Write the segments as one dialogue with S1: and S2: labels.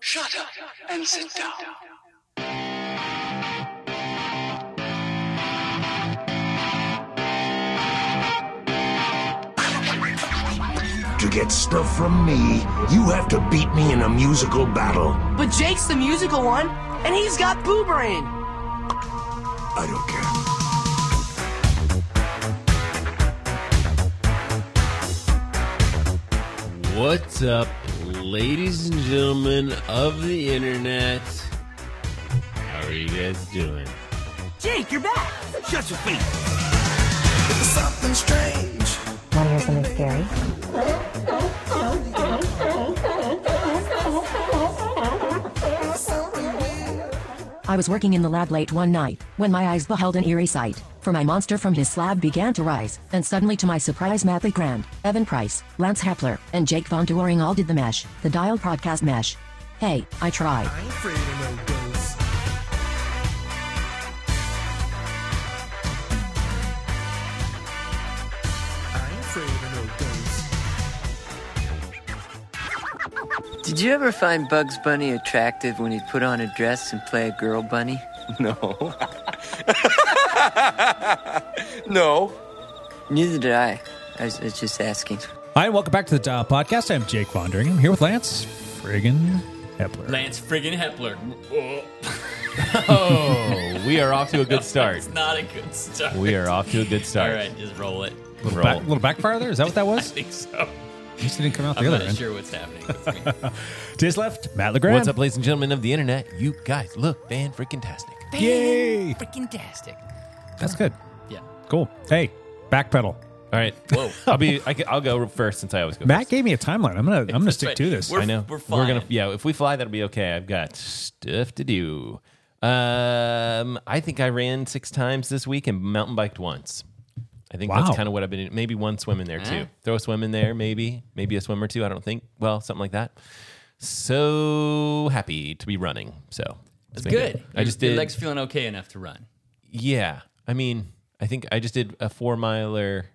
S1: Shut up and sit down.
S2: To get stuff from me, you have to beat me in a musical battle.
S3: But Jake's the musical one, and he's got boo brain.
S2: I don't care.
S4: What's up, ladies and gentlemen of the internet? How are you guys doing?
S3: Jake, you're back.
S2: Shut your face.
S5: Want to hear something scary? I was working in the lab late one night when my eyes beheld an eerie sight. For my monster from his slab began to rise, and suddenly, to my surprise, Matt Lee Grand, Evan Price, Lance Hepler, and Jake Von Doering all did the mesh, the dialed podcast mesh. Hey, I tried.
S6: Did you ever find Bugs Bunny attractive when he'd put on a dress and play a girl bunny?
S7: No. no.
S6: Neither did I. I was, I was just asking.
S8: Hi, and welcome back to the Dial Podcast. I'm Jake Vondering. I'm here with Lance Friggin Hepler.
S9: Lance friggin' Hepler. Oh,
S4: Oh, we are off to a good start.
S9: It's not a good start.
S4: We are off to a good
S9: All
S4: start.
S9: right, just roll it.
S4: Roll.
S8: Back, little backfire there? Is that what that
S9: I
S8: was?
S9: think so.
S8: Just didn't come out the
S9: I'm
S8: other
S9: not
S8: end.
S9: sure what's happening with me.
S8: To his left, Matt LeGrand.
S4: What's up, ladies and gentlemen of the internet? You guys look fan freaking tastic.
S8: Yay!
S9: Freaking tastic.
S8: That's good.
S9: Yeah.
S8: Cool. Hey, backpedal.
S4: All right, whoa. I'll be. I will go first since I always go.
S8: Matt
S4: first.
S8: gave me a timeline. I'm gonna I'm gonna
S9: That's
S8: stick
S9: right.
S8: to this.
S9: We're-
S4: I know.
S9: We're fine.
S4: gonna. Yeah, if we fly, that'll be okay. I've got stuff to do. Um, I think I ran six times this week and mountain biked once. I think
S8: Wow.
S4: that's kind of what I've been. doing. Maybe one swim in there
S9: Eh.
S4: too. Throw a swim in there, maybe, maybe a swim or two. I don't think. Well, something like that. So happy to be running. So it's
S9: That's
S4: been
S9: good.
S4: I just
S9: your,
S4: did.
S9: Your legs feeling okay enough to run.
S4: Yeah. I mean, I think I just did a four miler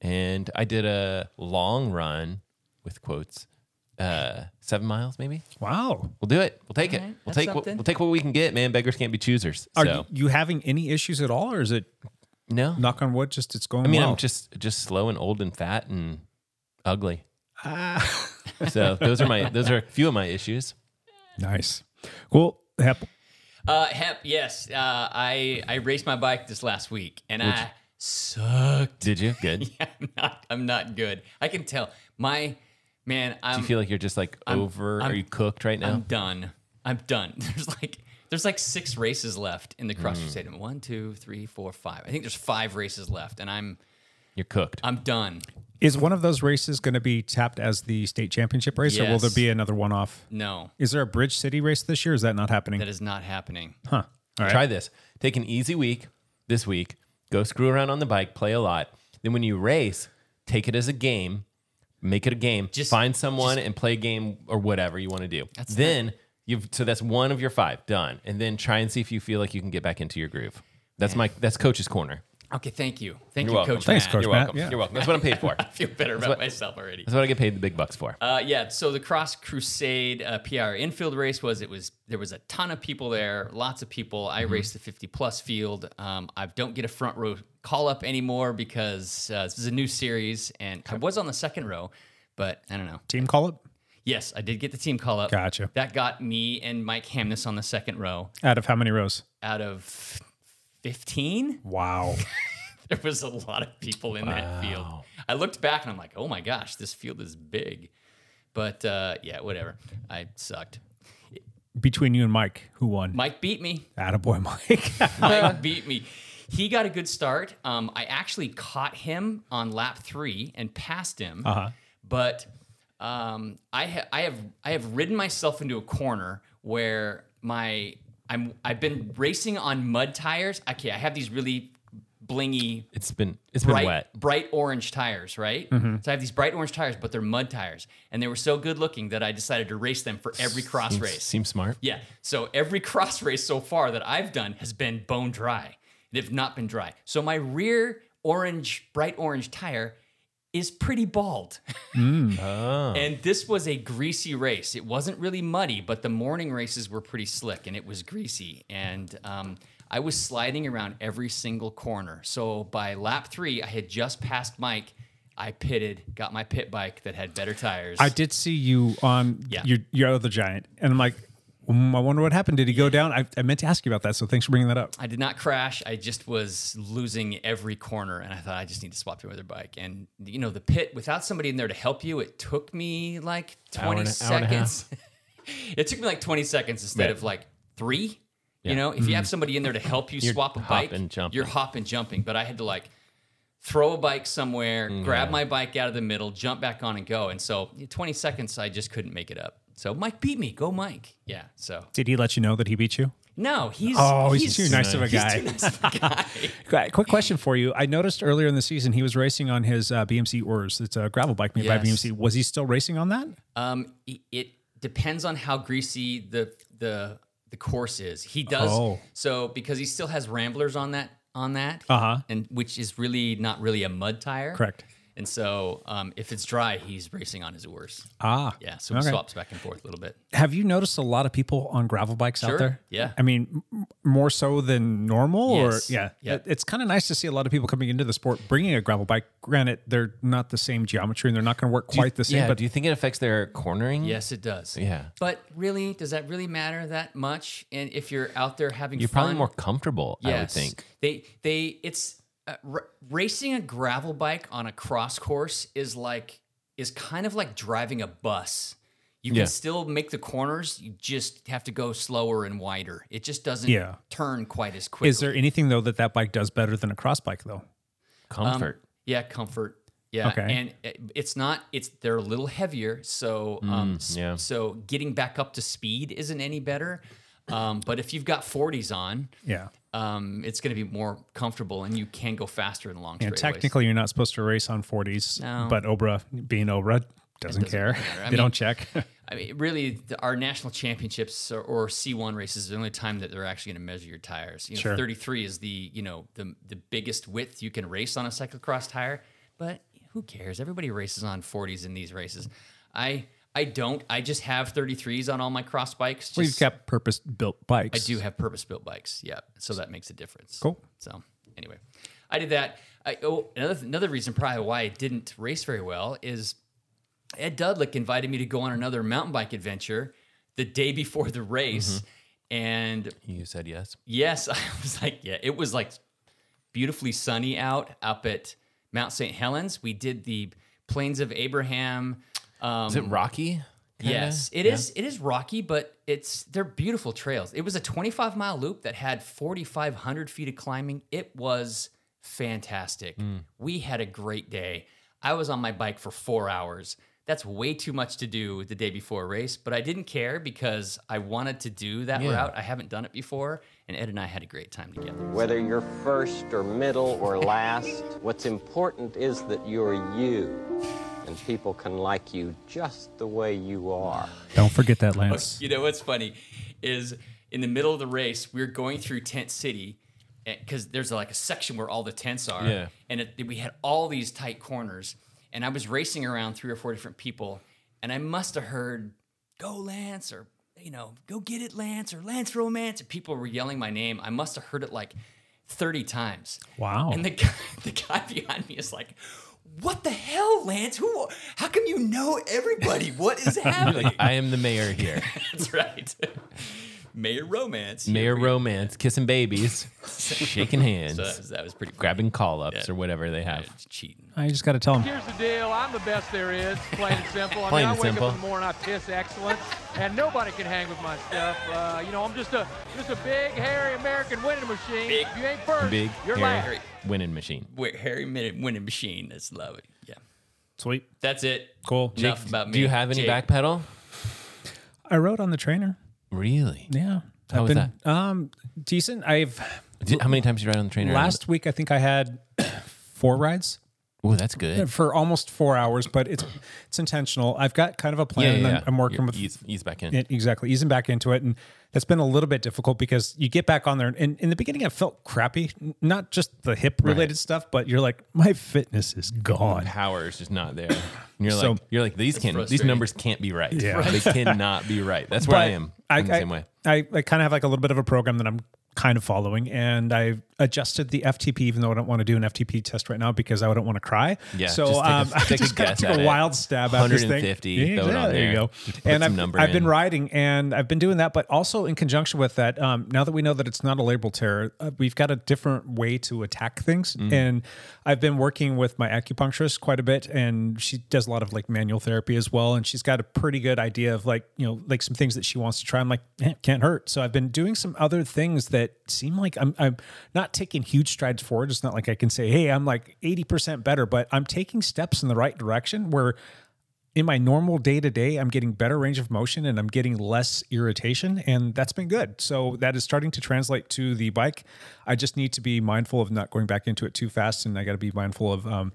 S4: and I did a long run with quotes, uh, seven miles maybe.
S8: wow.
S4: We'll do it. We'll take it. We'll
S9: That's
S4: take what,
S9: something.
S4: we'll take what we can get, man. Beggars can't be choosers.
S8: Are
S4: so
S8: you having any issues at all, or is it
S4: no,
S8: knock on wood? Just it's going.
S4: I mean
S8: well?
S4: I'm just just slow and old and fat and ugly.
S9: Ah.
S4: so those are my those are a few of my issues.
S8: nice. Cool. Hep.
S9: Uh, Hep, yes. Uh, I I raced my bike this last week, and I sucked.
S4: Did you? Good.
S9: I'm not. I'm not good. I can tell. My man. I'm,
S4: Do you feel like you're just like over?
S9: I'm-
S4: are you cooked right now?
S9: I'm done. I'm done. There's like there's like six races left in the
S4: Mm.
S9: CrossFit Stadium. One, two, three, four, five. I think there's five races left, and I'm
S4: you're cooked.
S9: I'm done.
S8: Is one of those races going to be tapped as the state championship race, or will
S9: Yes.
S8: there be another one off?
S9: No,
S8: Is there a Bridge City race this year? Is that not happening?
S9: that is not happening.
S8: huh. All right.
S4: Try this. Take an easy week this week. Go screw around on the bike, play a lot. Then when you race, take it as a game. Make it a game.
S9: Just-
S4: find someone and play a game or whatever you want to do. then you've so that's one of your five done, and then try and see if you feel like you can get back into your groove. That's my that's coach's corner.
S9: Okay, thank you, thank
S4: You're
S9: you,
S4: welcome.
S9: Coach.
S8: Thanks,
S9: Matt.
S8: Coach
S4: You're
S8: Matt,
S4: welcome.
S8: yeah.
S4: You're welcome. That's what I'm paid for.
S9: I feel better about
S4: what-
S9: myself already.
S4: That's what I get paid the big bucks for.
S9: Uh, yeah, so the Cross Crusade uh, PR infield race was it was there was a ton of people there, lots of people. I
S4: Mm-hmm.
S9: raced the 50 plus field. Um, I don't get a front row call up anymore because uh, this is a new series, and I was on the second row, but I don't know.
S8: Team call it
S9: Yes, I did get the team call up.
S8: Gotcha.
S9: That got me and Mike Hamness on the second row
S8: out of how many rows?
S9: out of 15.
S8: Wow.
S9: There was a lot of people in that field. I looked back and I'm like, oh my gosh, this field is big. But uh, yeah, whatever. I sucked.
S8: Between you and Mike, who won?
S9: Mike beat me.
S8: Attaboy, Mike.
S9: Mike beat me. He got a good start. Um, I actually caught him on lap three and passed him. But um, I, ha- I have I have ridden myself into a corner where my I'm I've been racing on mud tires. Okay, I have these really blingy
S4: it's been it's been
S9: bright,
S4: wet. Mm-hmm.
S9: bright orange tires, right? So I have these bright orange tires, but they're mud tires, and they were so good looking that I decided to race them for every cross
S4: Seems-
S9: race.
S4: Seems smart.
S9: Yeah. So every cross race so far that I've done has been bone dry. They've not been dry. So my rear orange, bright orange tire is pretty bald. And this was a greasy race. It wasn't really muddy, but the morning races were pretty slick and it was greasy. And um, I was sliding around every single corner. So by lap three, I had just passed Mike. I pitted, got my pit bike that had better tires.
S8: I did see you on
S9: Yeah.
S8: your your other giant, and I'm like, mm, I wonder what happened. Did he go down? I, I meant to ask you about that, so thanks for bringing that up.
S9: I did not crash. I just was losing every corner, and I thought I just need to swap to another bike. And you know, the pit without somebody in there to help you, it took me like twenty
S4: and a- hour and a half.
S9: seconds. it took me like twenty seconds instead
S4: Yeah. Mm-hmm.
S9: of like three. You know, if you have somebody in there to help you swap a bike,
S4: hopping, jumping.
S9: you're hopping, jumping. But I had to like throw a bike somewhere,
S4: Mm-hmm.
S9: grab my bike out of the middle, jump back on, and go. And so, twenty seconds, I just couldn't make it up. So Mike beat me. Go, Mike. Yeah. So
S8: Did he let you know that he beat you?
S9: no, he's
S8: Oh, he's, too nice of a
S9: he's
S8: guy.
S9: too nice of a guy.
S8: Qu- Quick question for you. I noticed earlier in the season he was racing on his uh, BMC Ors. It's a gravel bike made by
S9: Yes.
S8: BMC. Was he still racing on that?
S9: Um, i- it depends on how greasy the the the course is. He does
S8: Oh.
S9: so because he still has ramblers on that on that,
S8: Uh-huh.
S9: and which is really not really a mud tire,
S8: Correct.
S9: And so, um, if it's dry, he's racing on his worst.
S8: Ah,
S9: yeah. So he
S8: okay.
S9: swaps back and forth a little bit.
S8: Have you noticed a lot of people on gravel bikes out
S9: Sure,
S8: there?
S9: yeah.
S8: I mean, m- more so than normal.
S9: Yes,
S8: Or yeah,
S9: yeah.
S8: It- it's kind of nice to see a lot of people coming into the sport bringing a gravel bike. Granted, they're not the same geometry and they're not going to work quite the same.
S4: yeah,
S8: but
S4: do you think it affects their cornering?
S9: Yes, it does.
S4: Yeah.
S9: But really, does that really matter that much? And if you're out there having
S4: You're
S9: fun,
S4: probably more comfortable, I would think.
S9: They they it's uh, r- racing a gravel bike on a cross course is like is kind of like driving a bus. You
S4: Yeah.
S9: can still make the corners, you just have to go slower and wider. It just doesn't
S8: Yeah.
S9: turn quite as quickly.
S8: is there anything though that that bike does better than a cross bike though?
S4: Comfort.
S9: Yeah, comfort. Yeah,
S8: Okay.
S9: and it- it's not. It's they're a little heavier, so um, s-
S4: Mm, yeah.
S9: so getting back up to speed isn't any better. Um, but if you've got 40s on,
S8: Yeah.
S9: um, it's going to be more comfortable, and you can go faster in long
S8: And
S9: straightaways.
S8: technically, you're not supposed to race on 40s,
S9: No.
S8: but Obra, being Obra, doesn't, care.
S9: matter. I
S8: they
S9: mean-
S8: don't check.
S9: I mean, really, the, our national championships or, or C1 races is the only time that they're actually going to measure your tires. You know,
S8: Sure.
S9: 33 is the you know the the biggest width you can race on a cyclocross tire, but who cares? Everybody races on 40s in these races. I I don't. I just have 33s on all my cross bikes. Just,
S8: well, you've got purpose built
S9: I
S8: bikes.
S9: do have purpose built bikes. Yeah. So that makes a difference.
S8: Cool.
S9: So anyway, I did that. I, oh, another, another reason probably why I didn't race very well is Ed Dudlick invited me to go on another mountain bike adventure the day before the race. And
S4: You said yes.
S9: yes, I was like, yeah, it was like beautifully sunny out up at Mount St. Helens. We did the Plains of Abraham. Um,
S4: Is it rocky? kinda?
S9: Yes, it is. It is rocky, but it's they're beautiful trails. It was a 25 mile loop that had 4,500 feet of climbing. It was fantastic. We had a great day. I was on my bike for four hours. That's way too much to do the day before a race, but I didn't care because I wanted to do that route. I haven't done it before, and Ed and I had a great time together.
S10: Whether you're first or middle or last, what's important is that you're you. And people can like you just the way you are.
S8: Don't forget that, Lance.
S9: You know what's funny is in the middle of the race, we are going through Tent City because there's like a section where all the tents are,
S4: Yeah.
S9: and it, we had all these tight corners. And I was racing around three or four different people, and I must have heard "Go Lance" or you know "Go get it, Lance" or "Lance Romance." And people were yelling my name. I must have heard it like thirty times.
S4: Oh.
S8: Wow.
S9: And the guy, the guy behind me is like. What the hell, Lance? Who? How come you know everybody? What is happening?
S4: I am the mayor here.
S9: That's right. Mayor romance.
S4: mayor
S9: romance.
S4: romance, kissing babies, shaking hands,
S9: That was, Uh, that was pretty
S4: grabbing call ups or whatever they have.
S9: It's cheating.
S8: I just got to tell him.
S1: Here's the deal. I'm the best there is, plain and simple. I
S4: Plain
S1: mean, I
S4: and
S1: wake
S4: simple.
S1: up in the morning, I piss excellence, and nobody can hang with my stuff. Uh, you know, I'm just a just a big, hairy American winning machine.
S9: Big.
S1: if you ain't first,
S4: Big
S1: you're
S4: hairy
S1: last.
S4: winning machine.
S9: Wait, Harry minute winning machine. That's love it. Yeah.
S8: Sweet.
S9: That's it.
S8: Cool.
S9: Enough about me.
S4: Do you have any
S9: Jake.
S4: backpedal?
S8: I rode on the trainer.
S4: Really?
S8: Yeah.
S4: How
S8: I've
S4: was
S8: been- Um, decent. I've
S4: Did- how many times did you ride on the trainer?
S8: last week I think I had four rides.
S4: Oh, that's good.
S8: for almost four hours, but it's it's intentional. I've got kind of a plan.
S4: Yeah,
S8: and
S4: yeah,
S8: I'm,
S4: yeah.
S8: I'm working
S4: You're
S8: with
S4: ease- ease back in.
S8: Yeah, exactly, easing back into it, and that's been a little bit difficult because you get back on there, and in the beginning, I felt crappy. N- Not just the hip related stuff, but you're like, my fitness is gone.
S4: Power is just not there. And you're
S8: So-
S4: like, you're like these can these
S9: frustrating.
S4: numbers can't be right.
S8: Yeah.
S4: They cannot be right. That's where I
S8: But
S4: am.
S8: I,
S4: I'm the
S8: I-
S4: same way.
S8: I, I kind of have like a little bit of a program that I'm kind of following, and I've adjusted the FTP, even though I don't want to do an FTP test right now because I don't want to cry.
S4: Yeah,
S8: So
S4: just take a-
S8: um, I
S4: take a
S8: just kind of
S4: guess
S8: took
S4: at
S8: a
S4: it.
S8: wild stab at this thing.
S4: 150,
S8: Yeah,
S4: throw it on
S8: exactly, there you
S4: there.
S8: go.
S4: Just put
S8: And
S4: some
S8: I've,
S4: number
S8: I've been
S4: in.
S8: riding, and I've been doing that, but also in conjunction with that, um, now that we know that it's not a label tear, uh, we've got a different way to attack things.
S4: Mm-hmm.
S8: And I've been working with my acupuncturist quite a bit, and she does a lot of like manual therapy as well. And she's got a pretty good idea of like, you know, like some things that she wants to try. I'm like, eh, can't hurt. So I've been doing some other things that seem like I'm, I'm not taking huge strides forward. It's not like I can say, hey, I'm like 80% better, but I'm taking steps in the right direction where in my normal day to day, I'm getting better range of motion and I'm getting less irritation, and that's been good. So that is starting to translate to the bike. I just need to be mindful of not going back into it too fast, and I got to be mindful of. Um,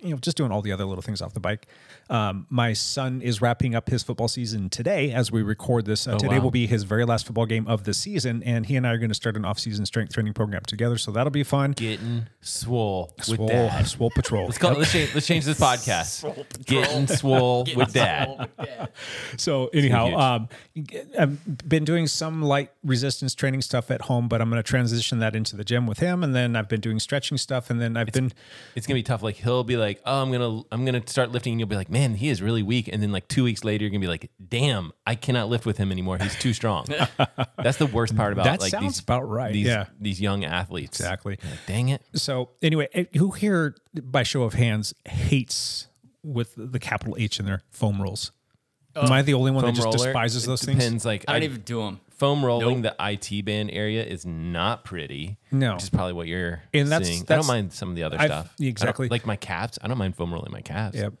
S8: you know, just doing all the other little things off the bike. Um, my son is wrapping up his football season today as we record this. Uh, today will be his very last football game of the season, and he and I are going to start an off-season strength training program together. So that'll be fun.
S4: Getting swole with
S8: Swole,
S4: dad.
S8: Swole Patrol.
S4: Let's call it, let's, change, let's change this podcast. Getting swole with dad.
S8: So anyhow,
S4: huge.
S8: um, I've been doing some light resistance training stuff at home, but I'm going to transition that into the gym with him, and then I've been doing stretching stuff, and then I've been
S4: It's gonna be tough. Like he'll be like, "Oh, I'm gonna, I'm gonna start lifting," and you'll be like, "Man, he is really weak." And then like two weeks later, you're gonna be like, "Damn, I cannot lift with him anymore. He's too strong." That's the worst part about
S8: That
S4: like
S8: sounds
S4: these,
S8: about right.
S4: These,
S8: Yeah.
S4: these young athletes.
S8: Exactly.
S4: You're like, Dang it.
S8: so anyway. eh, Who here, by show of hands, hates with the capital H in their foam rolls? Am I the only one that just despises
S4: it
S8: those things?
S4: depends, Like
S9: I don't
S4: I-
S9: even do them.
S4: foam rolling the IT band area is not pretty.
S8: No.
S4: which is probably what you're
S8: And that's-
S4: seeing. I
S8: that's-
S4: don't mind some of the other
S8: I've-
S4: stuff. I don't-
S8: exactly.
S4: like my calves. I don't mind foam rolling my calves.
S8: Yep.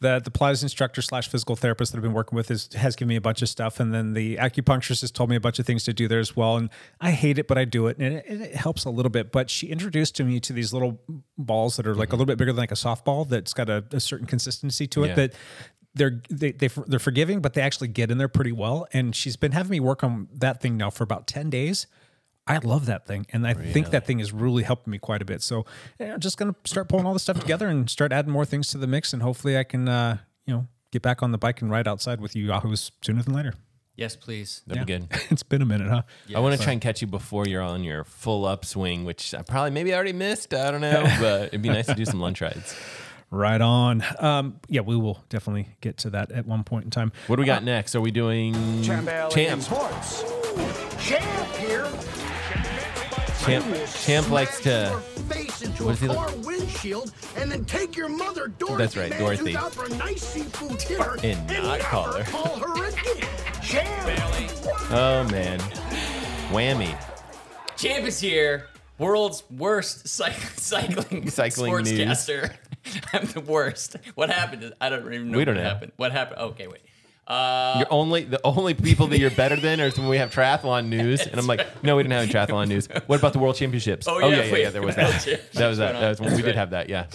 S8: The the Pilates instructor slash physical therapist that I've been working with is, has given me a bunch of stuff, and then the acupuncturist has told me a bunch of things to do there as well. And I hate it, but I do it, and it, and it helps a little bit. But she introduced to me to these little balls that are like a little bit bigger than like a softball that's got a, a certain consistency to it
S4: Yeah.
S8: that. They're they, they they're forgiving, but they actually get in there pretty well. And she's been having me work on that thing now for about ten days. I love that thing, and I think that thing is really helping me quite a bit. So yeah, I'm just gonna start pulling all this stuff together and start adding more things to the mix, and hopefully I can, uh, you know, get back on the bike and ride outside with you Yahoos sooner than later.
S9: Yes, please.
S4: that'd be good.
S8: it's been a minute, huh?
S4: I want to try and catch you before you're on your full upswing, which I probably maybe I already missed. I don't know, but it'd be nice to do some lunch rides.
S8: Right on. Um, yeah, we will definitely get to that at one point in time.
S4: What do we got next? Are we doing champ? Champ,
S2: Sports. Champ here.
S4: champ likes to.
S11: face into
S4: What does he
S11: a
S4: look-
S11: car windshield and then take your mother Dorothy
S4: That's right,
S11: Matthews,
S4: Dorothy.
S11: out for a nice seafood dinner
S4: And not
S11: never
S4: call her.
S11: call her again. Champ.
S4: Oh man, whammy!
S9: Champ is here. World's worst cy- cycling
S4: Cycling
S9: sportscaster. I'm the worst. What happened? I don't even know.
S4: We don't
S9: what
S4: know.
S9: happened. What happened? Okay, wait. Uh,
S4: You're only the only people that you're better than are when we have triathlon news, and I'm like, no, we didn't have any triathlon news. What about the world championships?
S9: Oh, yeah,
S4: yeah, yeah,
S9: wait.
S4: there was that. That was that. That was
S9: That's
S4: we
S9: right.
S4: did have that. Yeah,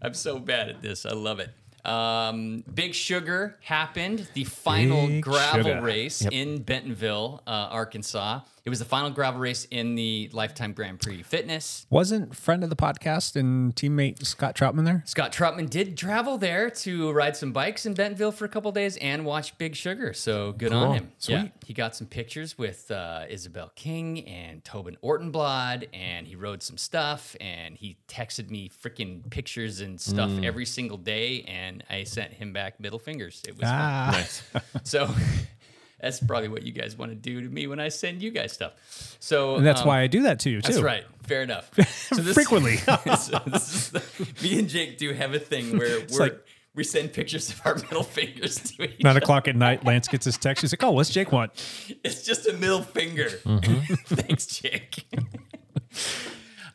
S9: I'm so bad at this. I love it. Um, Big Sugar happened, the final
S8: Big
S9: gravel
S8: Sugar.
S9: race in Bentonville, uh, Arkansas. It was the final gravel race in the Lifetime Grand Prix Fitness.
S8: Wasn't friend of the podcast and teammate Scott Troutman there?
S9: Scott Troutman did travel there to ride some bikes in Bentonville for a couple days and watch Big Sugar. So good on him. Yeah, he got some pictures with uh, Isabel King and Tobin Ortenblad, and he rode some stuff. And he texted me freaking pictures and stuff
S8: Mm.
S9: every single day, and I sent him back middle fingers. It was fun.
S8: Ah,
S9: so. That's probably what you guys want to do to me when I send you guys stuff. So
S8: and that's
S9: um,
S8: why I do that to you too.
S9: that's right. Fair enough. So
S8: Frequently.
S9: so this is the, me and Jake do have a thing where we're,
S8: like-
S9: we send pictures of our middle fingers to each
S8: Nine
S9: other.
S8: o'clock at night, Lance gets his text. He's like, "Oh, what's Jake want?"
S9: It's just a middle finger. Thanks, Jake.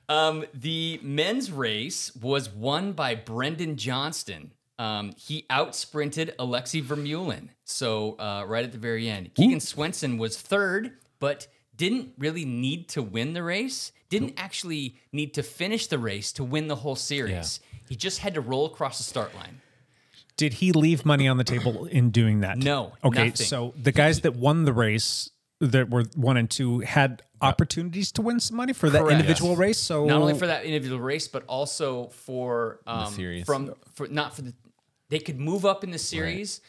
S9: um, the men's race was won by Brendan Johnston. Um, he outsprinted Alexi Vermeulen. So uh, right at the very end, Keegan Swenson was third, but didn't really need to win the race. Didn't actually need to finish the race to win the whole series. He just had to roll across the start line.
S8: Did he leave money on the table in doing that?
S9: No,
S8: Okay,
S9: nothing.
S8: so the guys that won the race that were one and two had opportunities to win some money for that
S9: Correct.
S8: individual
S9: Yes.
S8: race. So
S9: not only for that individual race, but also for um,
S4: series.
S9: from for not for the they could move up in the series,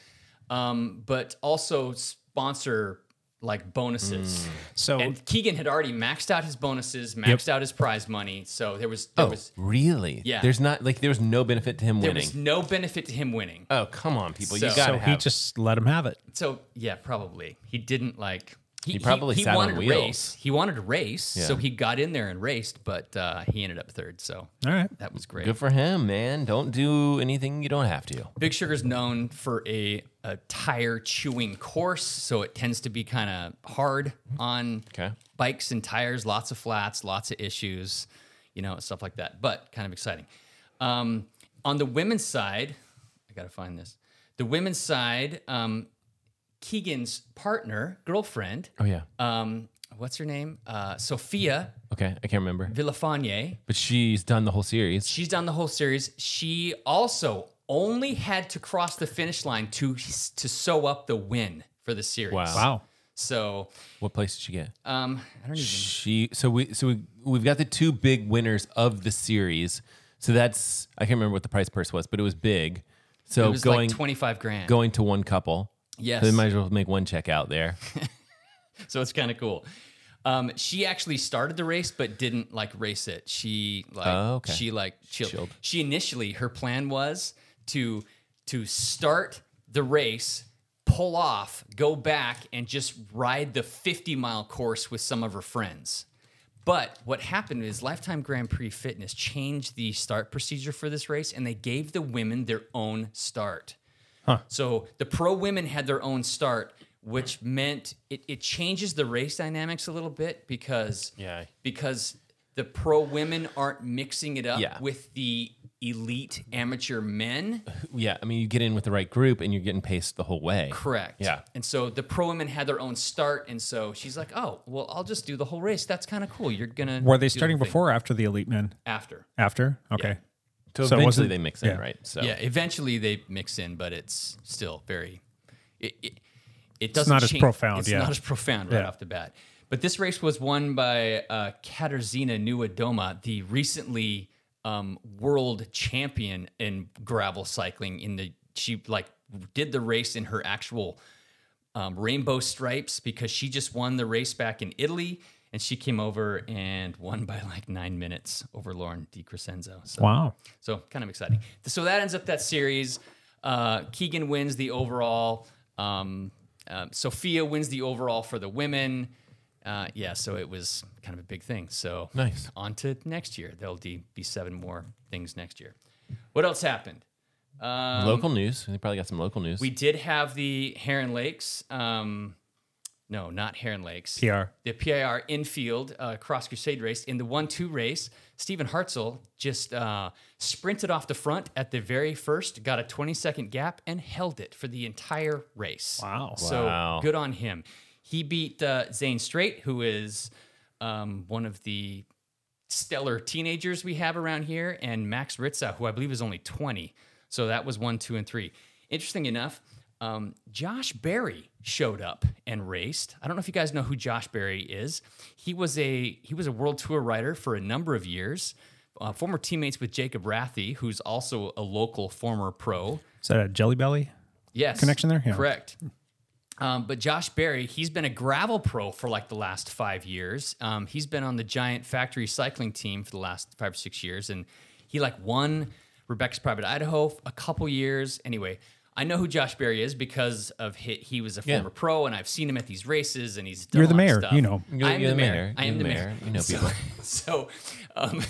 S9: um, but also sponsor like bonuses.
S4: Hmm.
S8: So
S9: and Keegan had already maxed out his bonuses, maxed out his prize money, so there was there
S4: oh,
S9: was
S4: really?
S9: Yeah.
S4: There's not like there was no benefit to him
S9: there
S4: winning.
S9: was no benefit to him winning.
S4: oh come on, people!
S9: So-
S4: you gotta
S8: so
S4: have.
S8: he just let him have it.
S9: So yeah, probably he didn't like.
S4: He probably sat on
S9: wanted to
S4: wheels.
S9: race. He wanted to race, so
S4: Yeah.
S9: he got in there and raced, but uh, he ended up third. So
S8: All right.
S9: that was great.
S4: Good for him, man. Don't do anything you don't have to.
S9: Big Sugar's known for a, a tire chewing course, so it tends to be kind of hard on
S4: Okay.
S9: bikes and tires, lots of flats, lots of issues, you know, stuff like that, but kind of exciting. Um, on the women's side, I got to find this. The women's side, um, Keegan's partner, girlfriend,
S4: Oh yeah.
S9: um, what's her name? Uh, Sophia
S4: Okay, I can't remember.
S9: Villafañe.
S4: But she's done the whole series.
S9: She's done the whole series. She also only had to cross the finish line to to sew up the win for the series.
S4: Wow.
S8: Wow.
S9: So,
S4: What place did she get?
S9: um, I don't even.
S4: She so we so we we've got the two big winners of the series. So that's I can't remember what the price purse was, but it was big. So
S9: It was
S4: going
S9: like twenty five grand.
S4: going to one couple.
S9: Yes.
S4: So they might as well make one check out there.
S9: so it's kind of cool. Um, she actually started the race, but didn't like race it. She like
S4: Oh, okay.
S9: she like chilled.
S4: Chilled.
S9: She initially her plan was to to start the race, pull off, go back, and just ride the fifty mile course with some of her friends. But what happened is Lifetime Grand Prix Fitness changed the start procedure for this race, and they gave the women their own start. So the pro women had their own start, which meant it, it changes the race dynamics a little bit because
S4: Yeah.
S9: because the pro women aren't mixing it up
S4: Yeah.
S9: with the elite amateur men.
S4: yeah, I mean you get in with the right group and you're getting paced the whole way.
S9: Correct.
S4: Yeah.
S9: And so the pro women had their own start, and so she's like, "Oh, well, I'll just do the whole race. That's kind of cool. You're gonna."
S8: Were they
S9: do the
S8: starting
S9: thing."
S8: before or after the elite men?
S9: After.
S8: After? Okay.
S4: So,
S8: So it
S4: eventually
S8: wasn't-
S4: they mix in,
S8: yeah.
S4: right? So
S9: Yeah. Eventually they mix in, but it's still very. It, it, it doesn't
S8: not as
S9: change-
S8: profound,
S9: It's
S8: yeah.
S9: not as profound right
S8: Yeah.
S9: off the bat. But this race was won by uh, Katarzyna Nuadoma, the recently um, world champion in gravel cycling. In the she like did the race in her actual um, rainbow stripes because she just won the race back in Italy, and she came over and won by like nine minutes over Lauren DiCrescenzo. So
S8: Wow.
S9: so kind of exciting. So that ends up that series. Uh, Keegan wins the overall. Um, uh, Sophia wins the overall for the women. Uh, yeah, so it was kind of a big thing. So
S4: Nice.
S9: On to next year. There'll de- be seven more things next year. What else happened? Um,
S4: local news. They probably got some local news.
S9: We did have the Heron Lakes. Um, no, not Heron Lakes.
S8: PR.
S9: The PIR infield uh, cross crusade race. In the 1 2 race, Stephen Hartzell just uh, sprinted off the front at the very first, got a 20 second gap, and held it for the entire race.
S8: Wow.
S9: So
S4: Wow.
S9: good on him. He beat uh, Zane Strait, who is um, one of the stellar teenagers we have around here, and Max Ritza, who I believe is only 20. So that was one, two, and three. Interesting enough, um, Josh Berry showed up and raced. I don't know if you guys know who Josh Berry is. He was a he was a world tour rider for a number of years. Uh, former teammates with Jacob Rathie, who's also a local former pro.
S8: Is that a Jelly Belly?
S9: Yes,
S8: Connection there? Yeah.
S9: Correct. Um, but Josh Berry, he's been a gravel pro for like the last five years. Um, he's been on the Giant Factory cycling team for the last five or six years, and he like won Rebecca's Private Idaho a couple years. Anyway, I know who Josh Berry is because of he, he was a
S4: Yeah.
S9: former pro, and I've seen him at these races, and he's done
S8: You're the
S9: a lot of
S8: mayor,
S9: stuff.
S8: you know.
S4: You're-
S9: I am
S4: you're
S9: the
S4: the
S9: mayor.
S4: mayor.
S9: I am
S4: You're
S9: the
S4: the
S9: mayor.
S4: mayor. You know
S9: So-
S4: people.
S9: so um,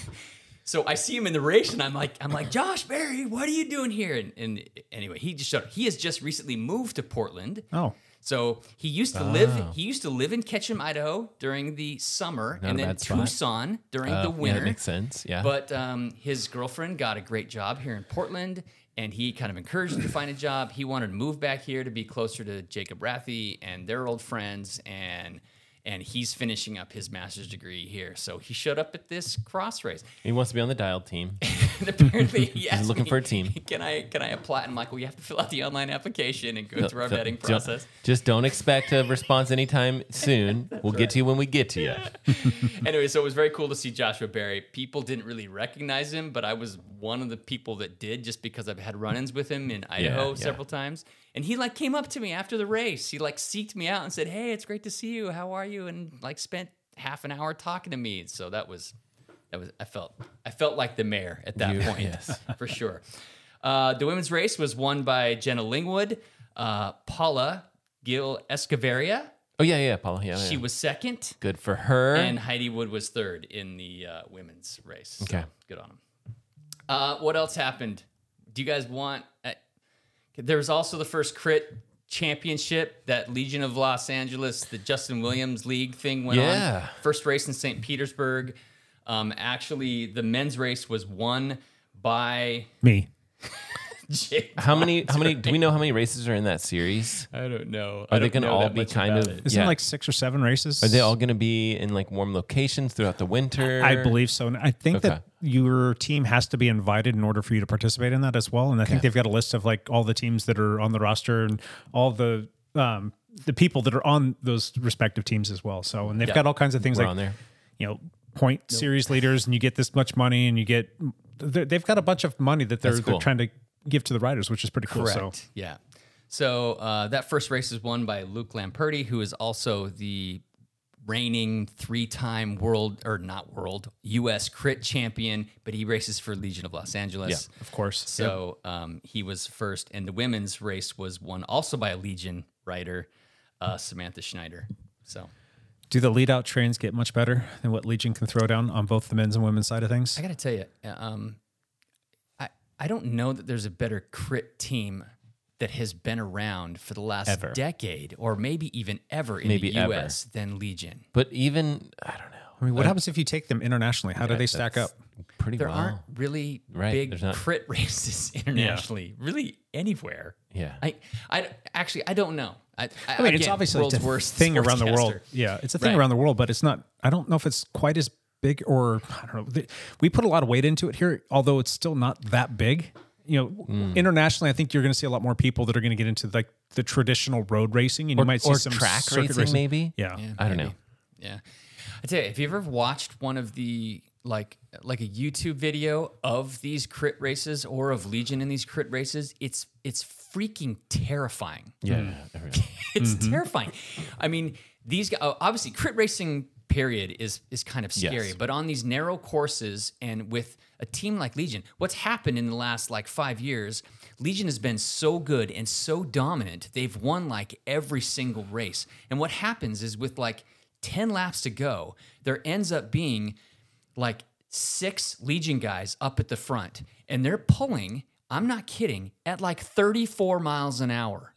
S9: so I see him in the race and I'm like I'm like Josh Berry, what are you doing here? And, and anyway, he just showed up. He has just recently moved to Portland.
S8: Oh.
S9: So he used to live he used to live in Ketchum, Idaho during the summer
S4: Not
S9: and
S4: a
S9: then
S4: bad spot.
S9: Tucson during
S4: Uh,
S9: the winter.
S4: Yeah, that makes sense. Yeah.
S9: But um, his girlfriend got a great job here in Portland, and he kind of encouraged her to find a job. He wanted to move back here to be closer to Jacob Rathie and their old friends, and and he's finishing up his master's degree here. So he showed up at this cross race.
S4: he wants to be on the dialed team.
S9: and apparently he
S4: He's
S9: asked
S4: looking
S9: me,
S4: for a team.
S9: Can I can I apply? And I'm like, well, you have to fill out the online application and go
S4: No,
S9: through our
S4: so
S9: vetting
S4: don't-
S9: process.
S4: Just don't expect a response anytime soon. we'll get to you when we get to you.
S9: anyway, so it was very cool to see Joshua Berry. People didn't really recognize him, but I was one of the people that did just because I've had run-ins with him in Idaho
S4: yeah.
S9: several times. And he like came up to me after the race. He like seeked me out and said, "Hey, it's great to see you. How are you?" And like spent half an hour talking to me. So that was that was I felt I felt like the mayor at that
S4: You-
S9: point.
S4: yes.
S9: for sure. Uh, the women's race was won by Jenna Lingwood, uh, Paula Gil Escavaria.
S4: Oh yeah, yeah, Paula. Yeah,
S9: She
S4: yeah.
S9: was second.
S4: good for her.
S9: And Heidi Wood was third in the uh, women's race. So,
S4: Okay.
S9: Good on them. Uh, what else happened? Do you guys want? Uh, there was also the first crit championship that Legion of Los Angeles, the Justin Williams League thing went
S4: Yeah.
S9: on. First race in St. Petersburg. Um, actually, the men's race was won by
S8: Me.
S9: Jake.
S4: how many? How many? Do we know how many races are in that series?
S9: I don't know.
S4: Are they going to all be kind of?
S8: Isn't it like six or seven races?
S4: Are they all going to be in like warm locations throughout the winter?
S8: I believe so. And I think
S4: Okay.
S8: that your team has to be invited in order for you to participate in that as well. And I think they've got a list of like all the teams that are on the roster and all the um, the people that are on those respective teams as well. So and they've
S4: Yeah.
S8: got all kinds of things
S4: We're
S8: like
S4: on there.
S8: you know point series leaders and you get this much money and you get they- they've got a bunch of money that they're,
S4: That's
S8: they're
S4: cool.
S8: trying to give to the riders, which is pretty cool. So
S9: Correct. Yeah. So uh, that first race is won by Luke Lamperti, who is also the reigning three-time world or not world U.S. crit champion, but he races for Legion of Los Angeles.
S8: of course.
S9: So um, he was first, and the women's race was won also by a Legion rider, uh, Samantha Schneider. So
S8: Do the lead out trains get much better than what Legion can throw down on both the men's and women's side of things?
S9: I got to tell you, um, I I don't know that there's a better crit team that has been around for the last
S8: Ever.
S9: decade, or maybe even ever in
S4: Maybe
S9: the
S4: ever.
S9: U.S. than Legion.
S4: But even uh, I don't know.
S8: I mean, what happens if you take them internationally? How do they stack up?
S4: Pretty
S9: There
S4: well.
S9: aren't really
S4: Right,
S9: big
S4: there's not-
S9: crit races internationally, really anywhere.
S4: Yeah.
S9: I, I actually I don't know. I, I,
S8: I mean, it's obviously
S9: world's
S8: a
S9: worst
S8: thing around the world.
S9: sportscaster.
S8: Yeah, it's a thing
S9: Right.
S8: around the world, but it's not. I don't know if it's quite as big or I don't know. Th- We put a lot of weight into it here, although it's still not that big. You know, internationally, I think you're going to see a lot more people that are going to get into like the traditional road racing, and
S4: Or,
S8: you might see
S4: or
S8: some
S4: track
S8: circuit
S4: racing, maybe.
S8: Yeah.
S4: I don't know.
S9: Yeah. I tell you, have you ever watched one of the like like a YouTube video of these crit races or of Legion in these crit races? It's it's freaking terrifying.
S4: Yeah.
S9: Hmm. it's terrifying. I mean, these guys, obviously crit racing period is is kind of scary,
S4: Yes.
S9: but on these narrow courses and with a team like Legion, what's happened in the last like 5 years, Legion has been so good and so dominant. They've won like every single race. And what happens is with like 10 laps to go, there ends up being like six Legion guys up at the front, and they're pulling, I'm not kidding, at like 34 miles an hour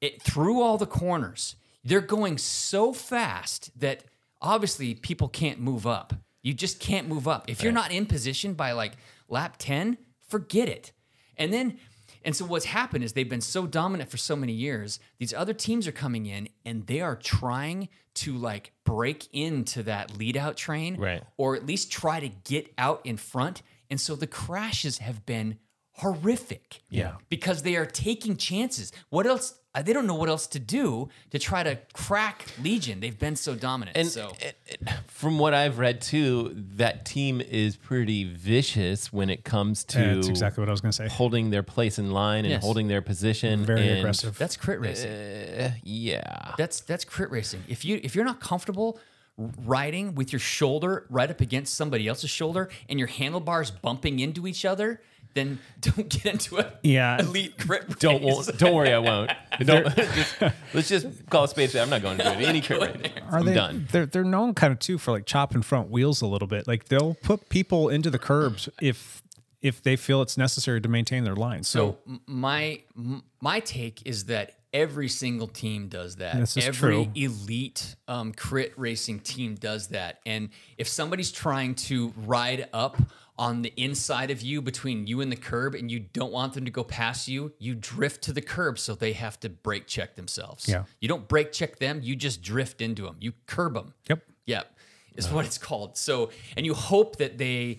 S9: it through all the corners. They're going so fast that obviously people can't move up. You just can't move up. If you're not in position by like lap 10, forget it. And then and so what's happened is they've been so dominant for so many years. These other teams are coming in and they are trying to like break into that lead out train
S4: Right.
S9: or at least try to get out in front. And so the crashes have been horrific.
S4: Yeah.
S9: Because they are taking chances. What else? uh, They don't know what else to do to try to crack Legion. They've been so dominant.
S4: And
S9: so
S4: it- it- from what I've read too, that team is pretty vicious when it comes to
S8: That's exactly what I was going to say.
S4: holding their place in line and
S9: Yes.
S4: holding their position.
S8: Very
S4: and-
S8: aggressive.
S9: that's crit racing.
S4: uh, Yeah.
S9: That's that's crit racing. If you if you're not comfortable r- riding with your shoulder right up against somebody else's shoulder and your handlebars bumping into each other, then don't get into a
S8: Yeah.
S9: elite crit race.
S4: Don't wo- don't worry, I won't. Don't, just, let's just call a spade. a spade. I'm not going to do it. Any crit rating.
S8: Are
S4: I'm
S8: they?
S4: done.
S8: They're they're known kind of too for like chopping front wheels a little bit. Like they'll put people into the curbs if if they feel it's necessary to maintain their line. So,
S9: So m- my m- my take is that every single team does that.
S8: This is
S9: every
S8: true.
S9: elite um, crit racing team does that. And if somebody's trying to ride up on the inside of you between you and the curb and you don't want them to go past you, you drift to the curb so they have to brake check themselves.
S8: Yeah.
S9: You don't brake check them, you just drift into them. You curb them.
S8: Yep.
S9: Yep. Is what it's called. So, and you hope that they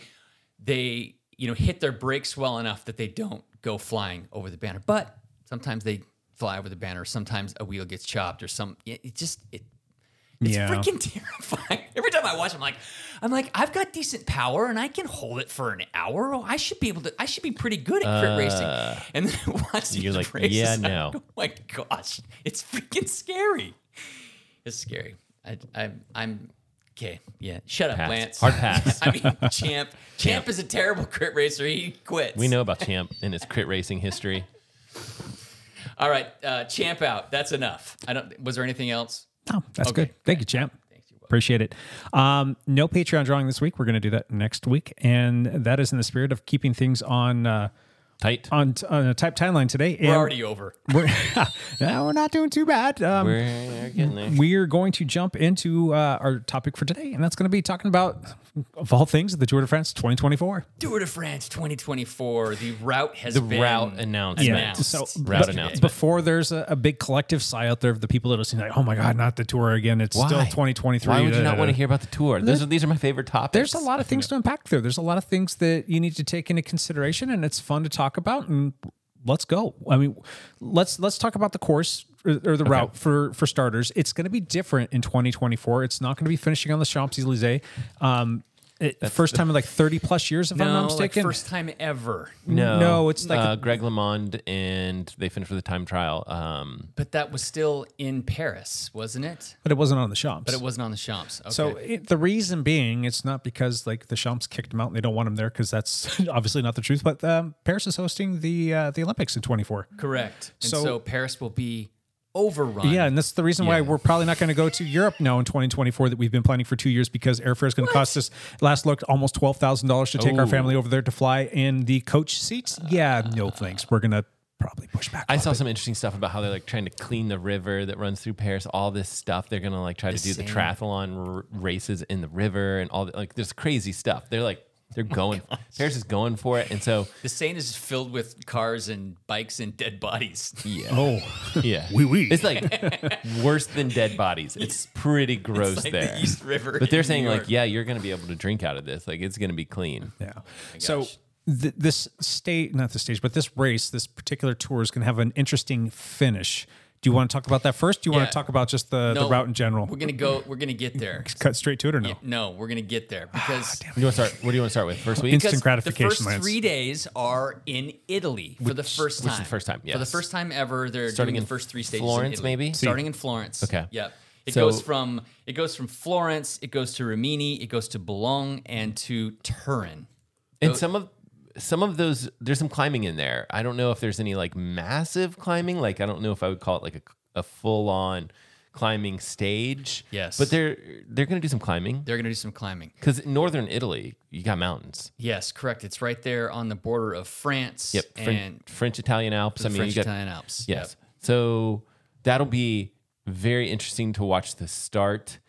S9: they you know, hit their brakes well enough that they don't go flying over the banner. But sometimes they fly over the banner. Sometimes a wheel gets chopped or some. It it just it. It's
S8: Yeah.
S9: freaking terrifying. Every time I watch, I'm like, I'm like, I've got decent power and I can hold it for an hour. Oh, I should be able to. I should be pretty good at crit
S4: Uh,
S9: racing. And then I watch these
S4: you're like,
S9: races.
S4: yeah,
S9: I'm
S4: no.
S9: like, Oh my gosh, it's freaking scary. It's scary. I, I, I'm okay. Yeah, shut up,
S4: Pass.
S9: Lance.
S4: Hard pass.
S9: I mean, Champ. Champ is a terrible crit racer. He quits.
S4: We know about Champ and his crit racing history.
S9: All right, uh, Champ out. That's enough. I don't. Was there anything else?
S8: No, Oh, that's
S9: Okay.
S8: good. Thank you, champ. Appreciate it. Um, no Patreon drawing this week. We're going to do that next week, and that is in the spirit of keeping things on uh,
S4: tight
S8: on, t- on a tight timeline today.
S9: We're
S8: And
S9: already over.
S8: We're, no, we're not doing too bad. Um,
S4: We're getting there.
S8: we're going to jump into uh, our topic for today, and that's going to be talking about, of all things, the Tour de France 2024.
S9: Tour de France 2024. The route has
S4: The
S9: been
S4: route announcement.
S8: So,
S4: route
S8: but
S4: announcement.
S8: Before there's a, a big collective sigh out there of the people that are saying, like, oh my God, not the tour again. It's still 2023.
S4: Why would you not want
S8: to
S4: to hear about the tour? Those are, these are my favorite topics.
S8: There's a lot of things to unpack there. There's a lot of things that you need to take into consideration, and it's fun to talk about. And let's go. I mean, let's let's talk about the course or, or the route for for starters. It's going to be different in 2024. It's not going to be finishing on the Champs Elysees. Um, it, first time in like 30 plus years, if I'm
S9: No,
S8: not
S9: like
S8: mistaken.
S9: first time ever.
S4: No,
S8: no, it's like-
S4: uh, Greg LeMond and they finished with a time trial. Um,
S9: But that was still in Paris, wasn't it?
S8: but it wasn't on the Champs.
S9: But it wasn't on the Champs. Okay.
S8: So it, the reason being, it's not because like the Champs kicked him out and they don't want him there because that's obviously not the truth. But um, Paris is hosting the uh, the Olympics in 24.
S9: correct. And
S8: So-
S9: so, Paris will be overrun.
S8: Yeah, and that's the reason why we're probably not going to go to Europe now in 2024 that we've been planning for two years because airfare is going to cost us last look almost twelve thousand dollars to take our
S4: Ooh.
S8: family over there to fly in the coach seats.
S9: Uh,
S8: Yeah, no thanks. We're gonna probably push back.
S4: I
S8: on
S4: saw
S8: it.
S4: some interesting stuff about how they're like trying to clean the river that runs through Paris. All this stuff they're gonna like try to
S9: The
S4: do the
S9: sand.
S4: triathlon r- races in the river and all that. Like there's crazy stuff. They're like they're
S9: Oh
S4: going. Paris is going for it, and so
S9: The Seine is filled with cars and bikes and dead bodies.
S4: yeah,
S8: Oh,
S4: yeah,
S8: wee wee.
S4: It's like worse than dead bodies. It's pretty gross
S9: like the
S4: there.
S9: East River
S4: but they're
S9: in
S4: saying
S9: New
S4: like,
S9: York.
S4: yeah, you're gonna be able to drink out of this. Like it's gonna be clean.
S8: Yeah. so th- this state, not the stage, but this race, this particular tour is going to have an interesting finish. Do you want to talk about that first? Do you want
S9: Yeah.
S8: to talk about just the, the
S9: No,
S8: route in general?
S9: We're gonna go. We're gonna get there.
S8: Cut straight to it or no?
S9: Yeah, no, we're gonna get there
S8: Ah,
S9: because
S4: You want to start? What do you want to start with? First week.
S8: Instant
S9: because
S8: gratification,
S9: The
S8: Lance.
S9: first three days are in Italy for the first time.
S4: which is the first time,
S9: For the
S4: yes.
S9: first time ever, they're
S4: Starting
S9: doing
S4: in
S9: the first three stages. in
S4: Florence,
S9: Italy.
S4: maybe? See.
S9: starting in Florence.
S4: Okay.
S9: Yep. It
S4: So-
S9: goes from it goes from Florence, it goes to Rimini, it goes to Bologna, and to Turin.
S4: And some of some of those there's some climbing in there. I don't know if there's any like massive climbing. Like I don't know if I would call it like a, a full on climbing stage.
S9: Yes.
S4: But they're they're gonna do some climbing
S9: They're gonna do some climbing.
S4: because northern Italy you got mountains.
S9: Yes, correct. It's right there on the border of France.
S4: Yep.
S9: And
S4: French, French Italian Alps. I mean
S9: French
S4: you got
S9: Italian Alps. Yep.
S4: Yes. So that'll be very interesting to watch the start.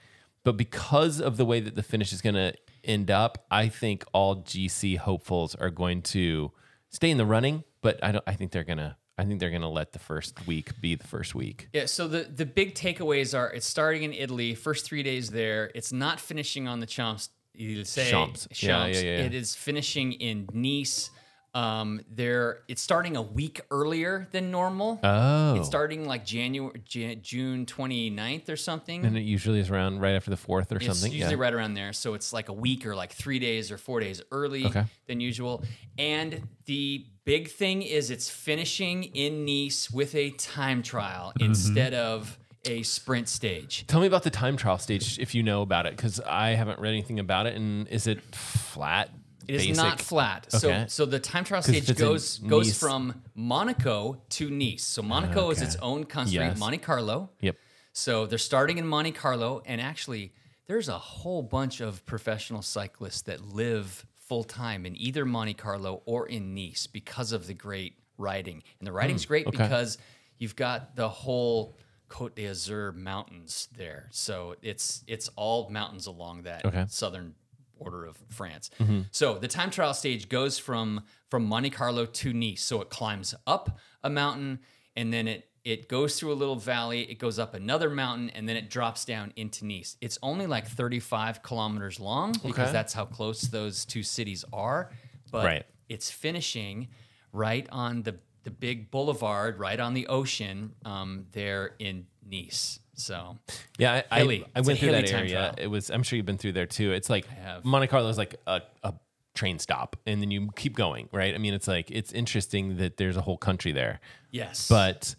S4: But because of the way that the finish is going to end up, I think all GC hopefuls are going to stay in the running, but I don't I think they're going to I think they're going to let the first week be the first week.
S9: Yeah, so the, the big takeaways are it's starting in Italy, first three days there. It's not finishing on the Champs. Elysees.
S4: Champs. Yeah, yeah,
S9: Champs.
S4: yeah, yeah.
S9: It is finishing in Nice. Um, there, it's starting a week earlier than normal.
S4: Oh.
S9: It's starting like January, Jan- June 29th or something.
S4: and it usually is around right after the 4th or something.
S9: It's usually
S4: yeah.
S9: right around there. So it's like a week or like three days or four days early
S4: Okay.
S9: than usual. And the big thing is it's finishing in Nice with a time trial
S4: Mm-hmm.
S9: instead of a sprint stage.
S4: Tell me about the time trial stage if you know about it cuz I haven't read anything about it and is it flat?
S9: It is not flat.
S4: Okay.
S9: So so the time trial
S4: 'Cause if
S9: stage
S4: it's in
S9: goes goes
S4: Nice-
S9: from Monaco to Nice. So Monaco is its own country,
S4: Yes.
S9: Monte Carlo.
S4: Yep.
S9: So they're starting in Monte Carlo, and actually, there's a whole bunch of professional cyclists that live full time in either Monte Carlo or in Nice because of the great riding. And the riding's great because you've got the whole Côte d'Azur mountains there. So it's it's all mountains along that
S4: Okay.
S9: southern border of France.
S4: Mm-hmm.
S9: So the time trial stage goes from from Monte Carlo to Nice. So it climbs up a mountain and then it it goes through a little valley, it goes up another mountain, and then it drops down into Nice. It's only like 35 kilometers long because
S4: Okay.
S9: that's how close those two cities are. But
S4: Right.
S9: it's finishing right on the the big boulevard, right on the ocean, um, there in Nice. So
S4: Yeah, I, I,
S9: hilly.
S4: I
S9: It's a
S4: went through that
S9: hilly time
S4: area.
S9: trial.
S4: It was. I'm sure you've been through there too. It's like Monte Carlo is like a, a train stop, and then you keep going, right? I mean, it's like it's interesting that there's a whole country there.
S9: Yes.
S4: but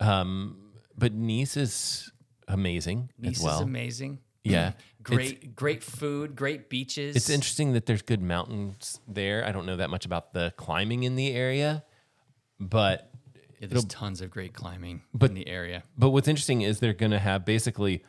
S4: um, but Nice is amazing
S9: Nice
S4: as well.
S9: is amazing. Mm.
S4: Yeah,
S9: great,
S4: It's,
S9: great food, great beaches.
S4: it's interesting that there's good mountains there. I don't know that much about the climbing in the area, but
S9: Yeah, there's
S4: it'll-
S9: tons of great climbing
S4: but
S9: in the area.
S4: But what's interesting is they're going to have basically,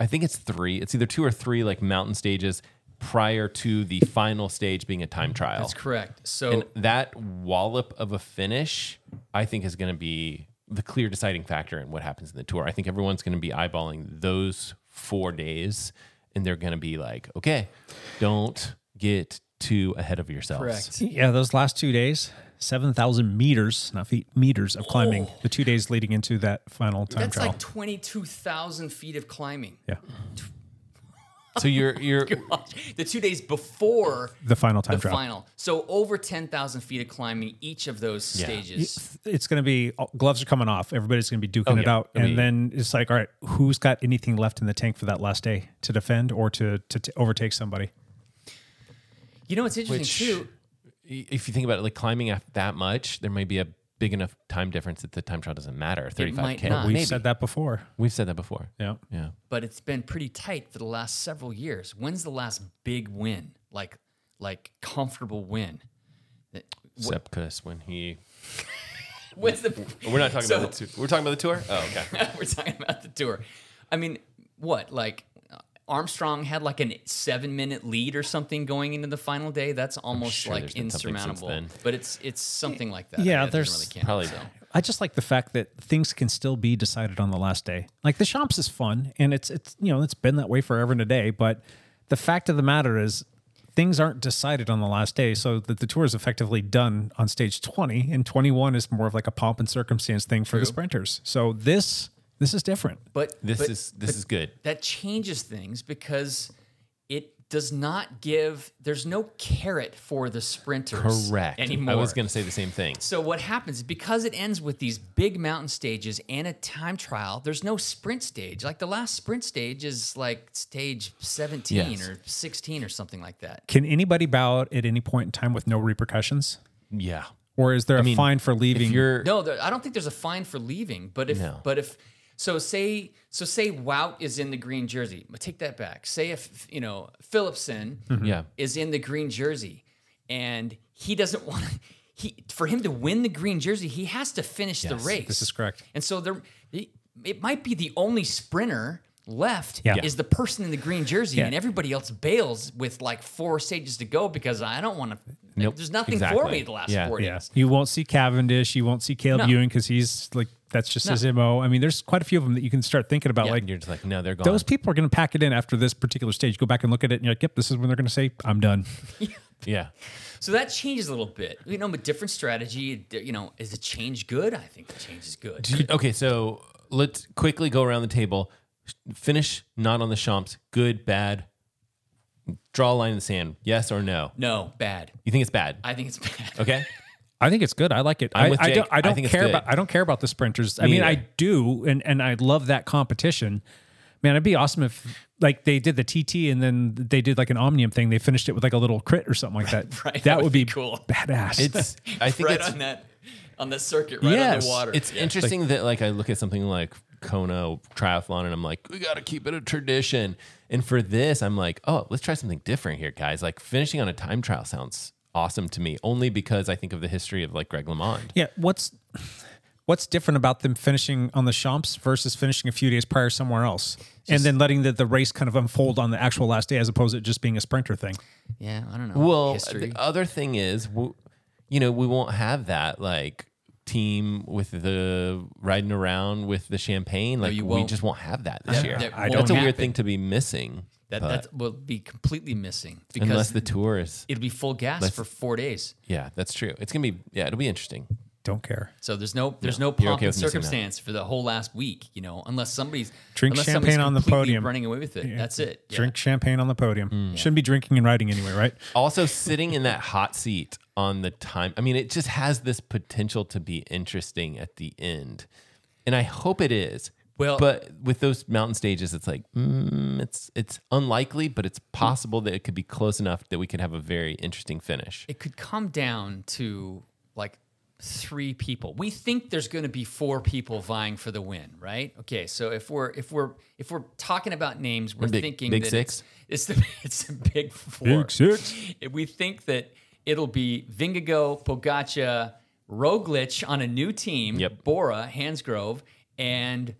S4: I think it's three. It's either two or three like mountain stages prior to the final stage being a time trial.
S9: That's correct. So-
S4: and that wallop of a finish, I think, is going to be the clear deciding factor in what happens in the tour. I think everyone's going to be eyeballing those four days, and they're going to be like, okay, don't get too ahead of yourselves.
S8: Yeah, those last two days, 7,000 meters, not feet, meters of climbing, the two days leading into that final time
S9: That's
S8: trial.
S9: like twenty-two thousand feet of climbing.
S8: yeah.
S4: So you're you're
S9: the two days before
S8: The final time
S9: the
S8: trial.
S9: final. So over ten thousand feet of climbing each of those stages.
S8: It's going to be all- gloves are coming off. Everybody's going to be duking
S4: Oh,
S8: it
S4: yeah.
S8: out,
S4: I
S8: and
S4: mean-
S8: then it's like, all right, who's got anything left in the tank for that last day to defend or to to, to overtake somebody?
S9: You know what's interesting
S4: Which-
S9: too?
S4: i- if you think about it, like climbing af- that much, there may be a big enough time difference that the time trial doesn't matter. Thirty-five k.
S9: might not. We've
S8: said that before.
S4: We've said that before.
S8: Yeah.
S4: Yeah.
S9: but it's been pretty tight for the last several years. When's the last big win? Like like comfortable win? That- wh-
S4: Sepkus when he.
S9: When's the
S4: We're not talking about the
S9: So-
S4: tour. We're talking about the tour. Oh, okay.
S9: We're talking about the tour. I mean, what? Like uh, Armstrong had like a 7-minute lead or something going into the final day. That's almost
S4: sure
S9: like
S4: there's been something since
S9: insurmountable.
S4: then.
S9: But it's it's something like that.
S8: yeah,
S9: It doesn't
S8: there's
S9: really count,
S4: probably-
S9: so.
S8: I just like the fact that things can still be decided on the last day. Like the shops is fun, and it's it's you know it's been that way forever and a day. But the fact of the matter is, things aren't decided on the last day, so that the tour is effectively done on stage twenty, and twenty one is more of like a pomp and circumstance thing for the sprinters. So this this is different.
S9: But
S4: This
S9: but-
S4: is this
S9: but
S4: is good.
S9: That changes things because it does not give. There's no carrot for the sprinters
S4: Correct.
S9: anymore.
S4: I was going to say the same thing.
S9: So what happens because it ends with these big mountain stages and a time trial? There's no sprint stage. Like the last sprint stage is like stage 17
S4: Yes.
S9: or 16 or something like that.
S8: Can anybody bow out at any point in time with no repercussions,
S4: Yeah.
S8: or is there a
S4: mean,
S8: fine for leaving?
S4: If you're
S9: No, there, I don't think there's a fine for leaving. But if
S4: No.
S9: but if so, say so say Wout is in the green jersey. But take that back. Say if you know Phillipson
S4: Mm-hmm. Yeah.
S9: is in the green jersey, and he doesn't want to. He for him to win the green jersey, he has to finish the
S4: Yes,
S9: race.
S8: this is correct.
S9: And so there, it, it might be the only sprinter left
S8: Yeah.
S9: is the person in the green jersey,
S8: Yeah.
S9: and everybody else bails with like four stages to go because I don't want to.
S4: Nope,
S9: There's nothing for
S4: exactly.
S9: me the last
S4: Yeah.
S9: four
S8: Yeah.
S9: days.
S8: You won't see Cavendish. You won't see Caleb
S9: No.
S8: Ewan because he's like, that's just
S9: No.
S8: his MO. I mean, there's quite a few of them that you can start thinking about.
S9: Yeah.
S8: Like,
S4: you're just like no, they're gone.
S8: those people are going to pack it in after this particular stage. Go back and look at it and you're like, yep, this is when they're going to say, I'm done.
S4: yeah.
S9: So that changes a little bit. You know, with different strategy, di- you know, is the change good? I think the change is good.
S4: Do you- okay, so let's quickly go around the table. Finish not on the champs. Good, bad. Draw a line in the sand. Yes or no?
S9: No, bad.
S4: You think it's bad?
S9: I think it's bad.
S4: okay.
S8: I think it's good. I like it.
S4: I'm
S8: I,
S4: with
S8: I
S4: Jake.
S8: don't, I
S4: I
S8: don't
S4: think it's
S8: care
S4: good.
S8: about, I don't care about the sprinters. I
S4: Me
S8: mean, I
S4: either.
S8: do. And, and I love that competition. Man, it'd be awesome if like they did the TT and then they did like an Omnium thing. They finished it with like a little crit or something like that.
S9: Right,
S8: that,
S9: that
S8: would
S9: would
S8: be,
S9: be cool.
S8: badass.
S4: It's. I think
S9: right
S4: it's
S9: on that on the circuit, right on
S8: Yes.
S9: the water.
S4: It's interesting that like I look at something like Kona triathlon and I'm like, we got to keep it a tradition. And for this, I'm like, oh, let's try something different here, guys. Like finishing on a time trial sounds awesome to me, only because I think of the history of like Greg LeMond.
S8: Yeah, what's what's different about them finishing on the Champs versus finishing a few days prior somewhere else, and then letting the, the race kind of unfold on the actual last day as opposed to it just being a sprinter thing?
S9: yeah, I don't know.
S4: Well, uh,
S9: history.
S4: the other thing is, w- you know, we won't have that like team with the riding around with the champagne. Like
S9: you
S4: we
S9: won't.
S4: just won't have that this
S9: That-
S4: year.
S9: that
S4: That's
S9: won't
S4: a
S9: happen.
S4: weird thing to be missing.
S9: that
S4: but
S9: that will be completely missing because
S4: unless the tour is,
S9: it'll be full gas
S4: Let's-
S9: for four days.
S4: yeah, that's true. It's gonna be, yeah, it'll be interesting.
S8: Don't care.
S9: So there's no there's no,
S8: No, you're
S9: pomp
S8: okay
S9: and
S8: with missing that.
S9: circumstance for the whole last week, you know, unless somebody's
S8: Drink
S9: unless somebody's
S8: champagne on the
S9: completely
S8: podium.
S9: running away with it. That's it. Yeah. Hmm.
S8: Drink champagne on the podium. Shouldn't be drinking and riding anyway, right?
S4: Also, sitting in that hot seat on the time, I mean, it just has this potential to be interesting at the end. And I hope it is.
S9: Well-
S4: but with those mountain stages, it's like mm, it's it's unlikely, but it's possible that it could be close enough that we could have a very interesting finish.
S9: It could come down to like three people. We think there's going to be four people vying for the win, right? Okay, so if we're if we're if we're talking about names, we're
S4: big-
S9: thinking
S4: big
S9: that
S4: six?
S9: It's, it's the it's the big four.
S4: Big six.
S9: If we think that it'll be Vingago, Pogacha, Roglic on a new team, Bora, Hansgrove, and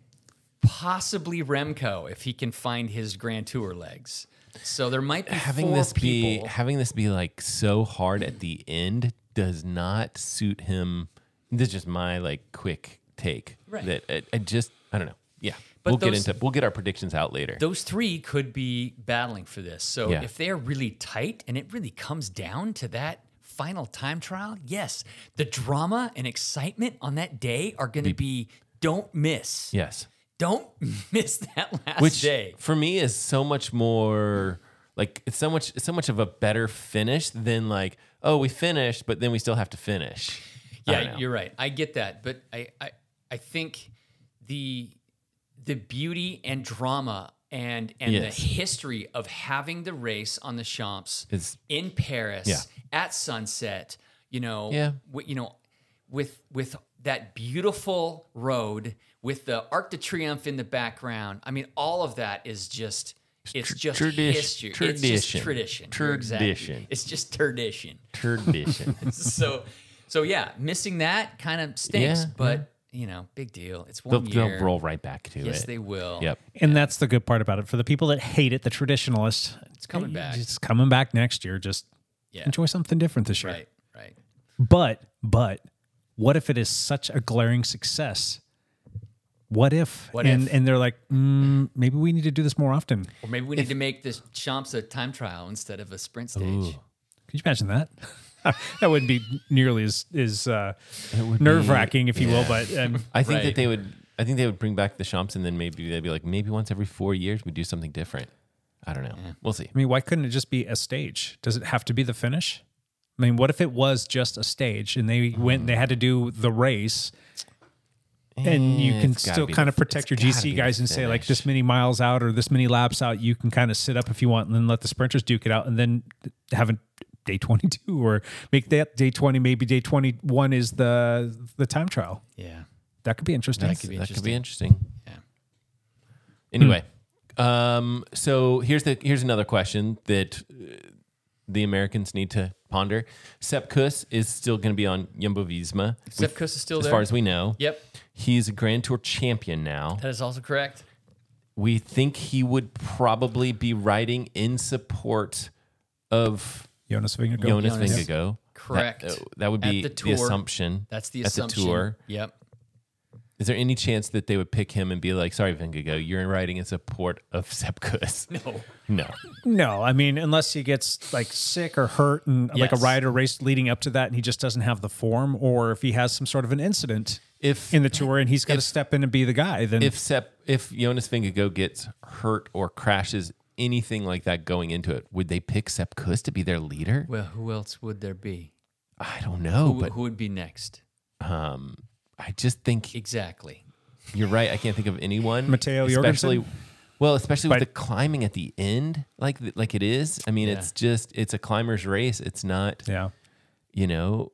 S9: possibly Remco if he can find his Grand Tour legs. So there might be
S4: having
S9: four
S4: this
S9: people.
S4: be having this be like so hard at the end does not suit him. This is just my like quick take
S9: Right.
S4: that I, I just I don't know. Yeah,
S9: But
S4: we'll
S9: those-
S4: get into we'll get our predictions out later.
S9: Those three could be battling for this. So
S4: Yeah.
S9: if they're really tight and it really comes down to that final time trial, yes, the drama and excitement on that day are going to be don't miss.
S4: yes,
S9: Don't miss that last
S4: which
S9: day.
S4: for me is so much more like it's so much it's so much of a better finish than like oh we finished but then we still have to finish. I don't
S9: Yeah,
S4: know.
S9: you're right. I get that, but I, I I think the the beauty and drama and and
S4: Yes.
S9: the history of having the race on the Champs
S4: It's-
S9: in Paris
S4: Yeah.
S9: at sunset, you know,
S4: Yeah.
S9: wi- you know, with with that beautiful road with the Arc de Triomphe in the background. I mean, all of that is just it's just
S4: tradi-
S9: history. It's just
S4: tradition.
S9: tradition. You're exactly-
S4: Tradition.
S9: It's just tradition
S4: tradition.
S9: so so yeah, missing that kind of stinks,
S4: Yeah,
S9: but you know, big deal. It's
S4: They'll-
S9: one
S4: they'll
S9: year.
S4: roll right back to
S9: Yes,
S4: it.
S9: they will.
S4: Yep.
S8: And that's the good part about it. For the people that hate it, the traditionalists, it's
S9: coming back.
S8: It's coming back next year. Just
S9: Yeah.
S8: enjoy something different this year.
S9: Right. Right.
S8: But but what if it is such a glaring success? What if?
S9: What
S8: and
S9: if?
S8: and they're like, mm, maybe we need to do this more often.
S9: Or maybe we need to make this chomps a time trial instead of a sprint stage.
S8: Could you imagine that? that wouldn't be nearly as as uh,
S4: be-
S8: nerve wracking, if you will.
S4: Yeah.
S8: But um,
S4: I think
S9: Right.
S4: that they would. I think they would bring back the Champs, and then maybe they'd be like, maybe once every four years we do something different. I don't know. We'll see.
S8: I mean, why couldn't it just be a stage? Does it have to be the finish? I mean, what if it was just a stage and they went, they had to do the race, and you
S4: Eh,
S8: can
S4: it's gotta
S8: still
S4: be
S8: kind
S4: the-
S8: of protect your
S4: it's gotta be the
S8: GC guys and say like this many miles out or this many laps out, you can kind of sit up if you want, and then let the sprinters duke it out, and then have a day twenty two or make that day twenty, maybe day twenty one is the the time trial.
S9: Yeah.
S8: That could be Hmm. interesting.
S4: That could be, interesting. Yeah. Anyway, um, so here's the here's another question that uh, the Americans need to ponder. Sepp Kuss is still going to be on Jumbo Visma.
S9: Sepp
S4: We-
S9: Kuss is still
S4: as
S9: there?
S4: far as we know.
S9: Yep.
S4: He's a Grand Tour champion now.
S9: That is also correct.
S4: we think he would probably be riding in support of
S8: Jonas Vingegaard.
S4: Jonas
S9: Jonas.
S4: Vingegaard.
S9: Correct.
S4: That, uh, that would
S9: At
S4: be
S9: the
S4: the,
S9: tour.
S4: assumption.
S9: That's the
S4: at
S9: assumption.
S4: the tour.
S9: Yep.
S4: Is there any chance that they would pick him and be like, "Sorry, Vingegaard, you're riding in support of Sepkus"?
S9: No.
S4: no.
S8: No, I mean, unless he gets like sick or hurt and like a
S9: Yes.
S8: rider race leading up to that and he just doesn't have the form, or if he has some sort of an incident
S4: If-
S8: in the tour and he's got to step in and be the guy, then
S4: If Sep, if Jonas Vingegaard gets hurt or crashes anything like that going into it, would they pick Sepkus to be their leader?
S9: Well, who else would there be?
S4: I don't know,
S9: who,
S4: but
S9: who would be next?
S4: um, I just think
S9: Exactly.
S4: You're right. I can't think of anyone.
S8: Mateo
S4: especially,
S8: Jorgensen?
S4: Well, especially with the climbing at the end, like th- like it is. I mean, it's just it's a climber's race. It's not.
S8: Yeah.
S4: You know,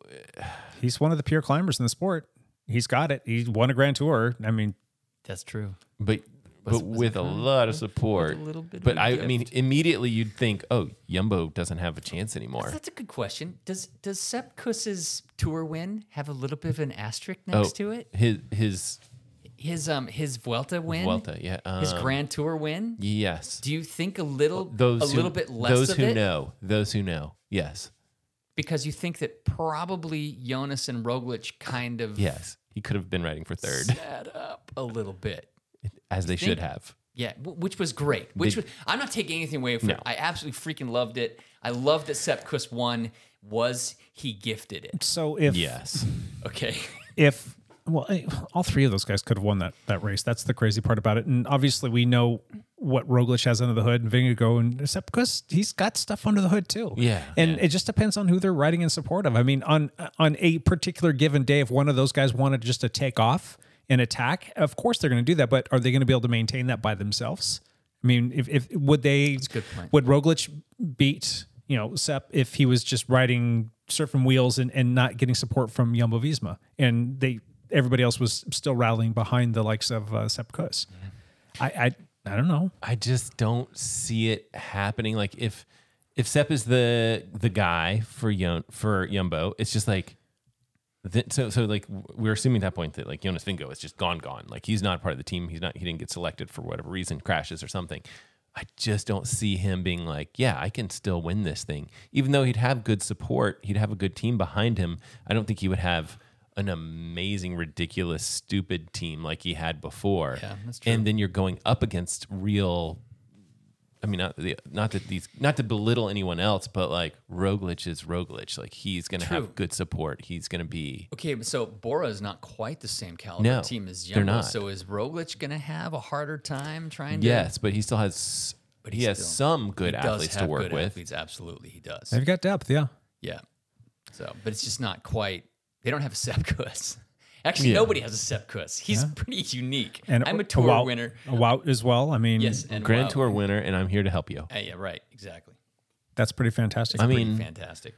S8: he's one of the pure climbers in the sport. He's got it. He won a grand tour. I mean,
S9: That's true.
S4: but
S9: Was-
S4: but
S9: was
S4: with
S9: it
S4: a
S9: kind of-
S4: lot of support.
S9: with a little bit of
S4: but
S9: a
S4: I, I
S9: gift?
S4: mean, immediately you'd think, oh, Yumbo doesn't have a chance anymore.
S9: That's a good question. Does does Sepp Kuss's tour win have a little bit of an asterisk next
S4: oh,
S9: to it?
S4: his his
S9: His um his Vuelta win,
S4: Vuelta, yeah,
S9: his
S4: um,
S9: Grand Tour win.
S4: yes.
S9: Do you think a little
S4: Those
S9: a
S4: who-
S9: little bit less
S4: Those
S9: of
S4: who
S9: it
S4: know. Those who know. Yes.
S9: because you think that probably Jonas and Roglic kind of
S4: Yes. He could have been riding for third,
S9: set up a little bit
S4: as they
S9: think-
S4: should have.
S9: Yeah, w- which was great. Which
S4: Did-
S9: was, I'm not taking anything away from
S4: No.
S9: it. I absolutely freaking loved it. I loved that Sepkus won. Was he gifted it?
S8: So if
S4: yes,
S9: Okay.
S8: if well, eh, all three of those guys could have won that that race. That's the crazy part about it. And obviously, we know what Roglic has under the hood and Vingegaard, and except because he's got stuff under the hood too.
S4: Yeah.
S8: and it just depends on who they're riding in support of. I mean, on on a particular given day, if one of those guys wanted just to take off and attack, of course they're going to do that. But are they going to be able to maintain that by themselves? I mean, if, if would they
S9: good point.
S8: would Roglic beat you know Sep if he was just riding surfing wheels and, and not getting support from Jumbo Visma and they everybody else was still rallying behind the likes of uh, Sep Kuss.
S9: Mm-hmm.
S8: I, I I don't know.
S4: I just don't see it happening. Like if if Sep is the the guy for Yon, for Yumbo, it's just like th- so so like we're assuming at that point that like Jonas Vingo is just gone gone. Like he's not part of the team. He's not he didn't get selected for whatever reason, crashes or something. I just don't see him being like, yeah, I can still win this thing. Even though he'd have good support, he'd have a good team behind him. I don't think he would have an amazing, ridiculous, stupid team like he had before. Yeah,
S9: that's
S4: true. And then you're going up against real I mean, not the, not that these, not to belittle anyone else, but like Roglic is Roglic. Like he's going to
S9: True.
S4: have good support. He's going to be.
S9: Okay, but so Bora is not quite the same caliber
S4: No,
S9: team as
S4: they're
S9: Jumbo.
S4: not.
S9: So is Roglic going to have a harder time trying to?
S4: Yes, but he still has. But he has
S9: still-
S4: some good
S9: he does
S4: athletes to
S9: have
S4: work
S9: good
S4: with.
S9: Athletes, absolutely, he does.
S8: They've got depth, yeah.
S9: Yeah. So, but it's just not quite. They don't have a Sepkus. Actually,
S4: Yeah.
S9: nobody has a Sepkus. He's pretty unique. I'm a tour
S8: Wout-
S9: winner.
S8: A Wout as well. I mean,
S9: Yes, and
S4: Grand
S9: Wout.
S4: Tour winner, and I'm here to help you.
S9: Uh, yeah, right. Exactly.
S8: that's pretty fantastic.
S4: I
S9: Pretty
S4: mean,
S9: fantastic.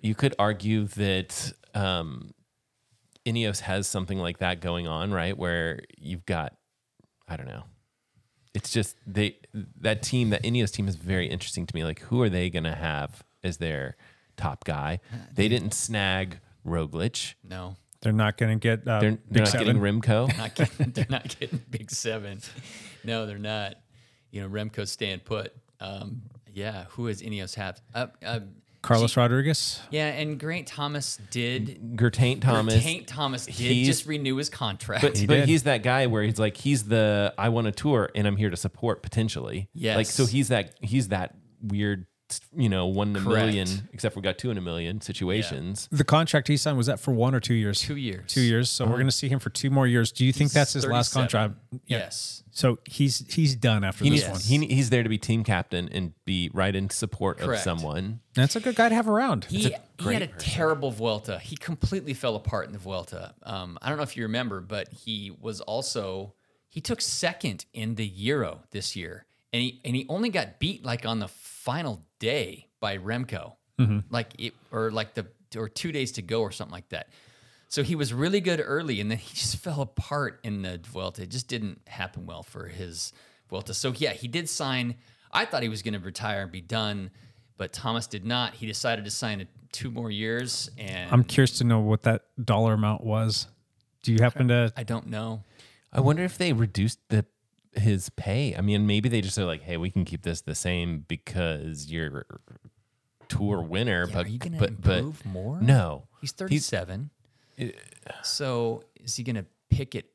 S4: you could argue that um, Ineos has something like that going on, right? Where you've got, I don't know. It's just they that team, that Ineos team, is very interesting to me. Like, who are they going to have as their top guy? They didn't snag Roglic.
S9: No,
S8: they're not going to get uh,
S4: They're,
S8: Big
S4: they're not
S8: Seven.
S4: getting Rimco.
S9: not getting, they're not getting Big Seven. No, they're not. You know, Remco's staying put. Um, yeah, who has Ineos have? Uh, uh,
S8: Carlos Rodriguez.
S9: yeah, and Grant Thomas did.
S4: Geraint Thomas.
S9: Tank Thomas did
S4: he's-
S9: just renew his contract.
S4: But,
S8: He
S4: but
S8: did.
S4: he's that guy where he's like he's the I want a tour and I'm here to support potentially.
S9: Yes.
S4: Like so he's that he's that weird you know one in a
S9: Correct.
S4: million except we got two in a million situations.
S8: The contract he signed was that for one or two years?
S9: Two years.
S8: Two years. So we're going to see him for two more years. Do you think that's his last
S9: 37.
S8: contract?
S9: Yes.
S8: So he's he's done after
S4: He
S8: this
S4: needs,
S8: one.
S4: he, ne- he's there to be team captain and be right in support
S9: Correct.
S4: of someone.
S8: That's a good guy to have around.
S9: He, he had
S4: great
S9: a terrible Vuelta. He completely fell apart in the Vuelta. Um, I don't know if you remember, but he was also he took second in the Euro this year, and he and he only got beat like on the final day by Remco, like it or like the or two days to go or something like that. So he was really good early, and then he just fell apart in the Vuelta. It just didn't happen well for his Vuelta. So yeah, he did sign. I thought he was going to retire and be done, but Thomas did not. He decided to sign a, two more years, and
S8: I'm curious to know what that dollar amount was. Do you happen to?
S9: I don't know.
S4: I wonder if they reduced the his pay. I mean, maybe they just are like, hey, we can keep this the same because you're tour winner.
S9: Yeah,
S4: but
S9: are you going to
S4: but but
S9: improve more?
S4: no, Uh,
S9: he's 37. so is he going to pick it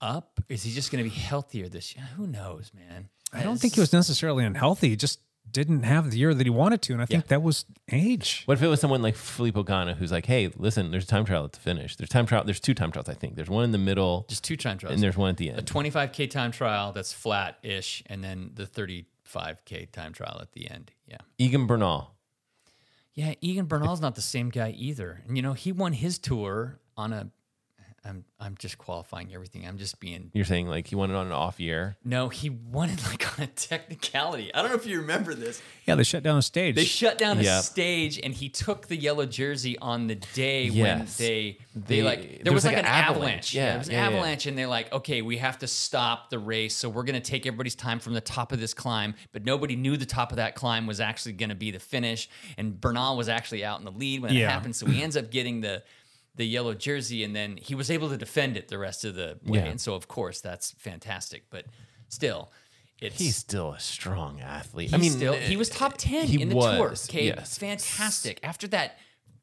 S9: up? Is he just going to be healthier this year? Who knows, man.
S8: I don't think he was necessarily unhealthy. He just didn't have the year that he wanted to, and I think that was age.
S4: What if it was someone like Filippo Ganna who's like, hey, listen, there's a time trial at the finish. There's time trial. There's two time trials, I think. There's one in the middle
S9: Just two time trials.
S4: and there's one at the
S9: a
S4: end.
S9: 25k time trial that's flat ish, and then the 35k time trial at the end. Yeah,
S4: Egan Bernal.
S9: yeah. Egan Bernal's not the same guy either, and you know he won his tour on a. I'm I'm just qualifying everything. I'm just being.
S4: You're saying like he won it on an off year.
S9: No, he won it like on a technicality. I don't know if you remember this.
S8: Yeah, they shut down the stage.
S9: They shut down the
S4: Yep.
S9: stage, and he took the yellow jersey on the day
S4: Yes.
S9: when they they
S4: They-
S9: like there, was, like an avalanche. Yeah, there was an
S4: yeah, yeah.
S9: avalanche, and they're like, okay, we have to stop the race, so we're gonna take everybody's time from the top of this climb. But nobody knew the top of that climb was actually gonna be the finish, and Bernal was actually out in the lead when it
S8: Yeah.
S9: happened, so he ends up getting the the yellow jersey, and then he was able to defend it the rest of the way,
S4: Yeah.
S9: and so of course that's fantastic, but still. It's,
S4: He's still a strong athlete. uh,
S9: I mean, still, he was top ten
S4: he
S9: in the tour.
S4: was,
S9: Okay,
S4: yes.
S9: fantastic. After that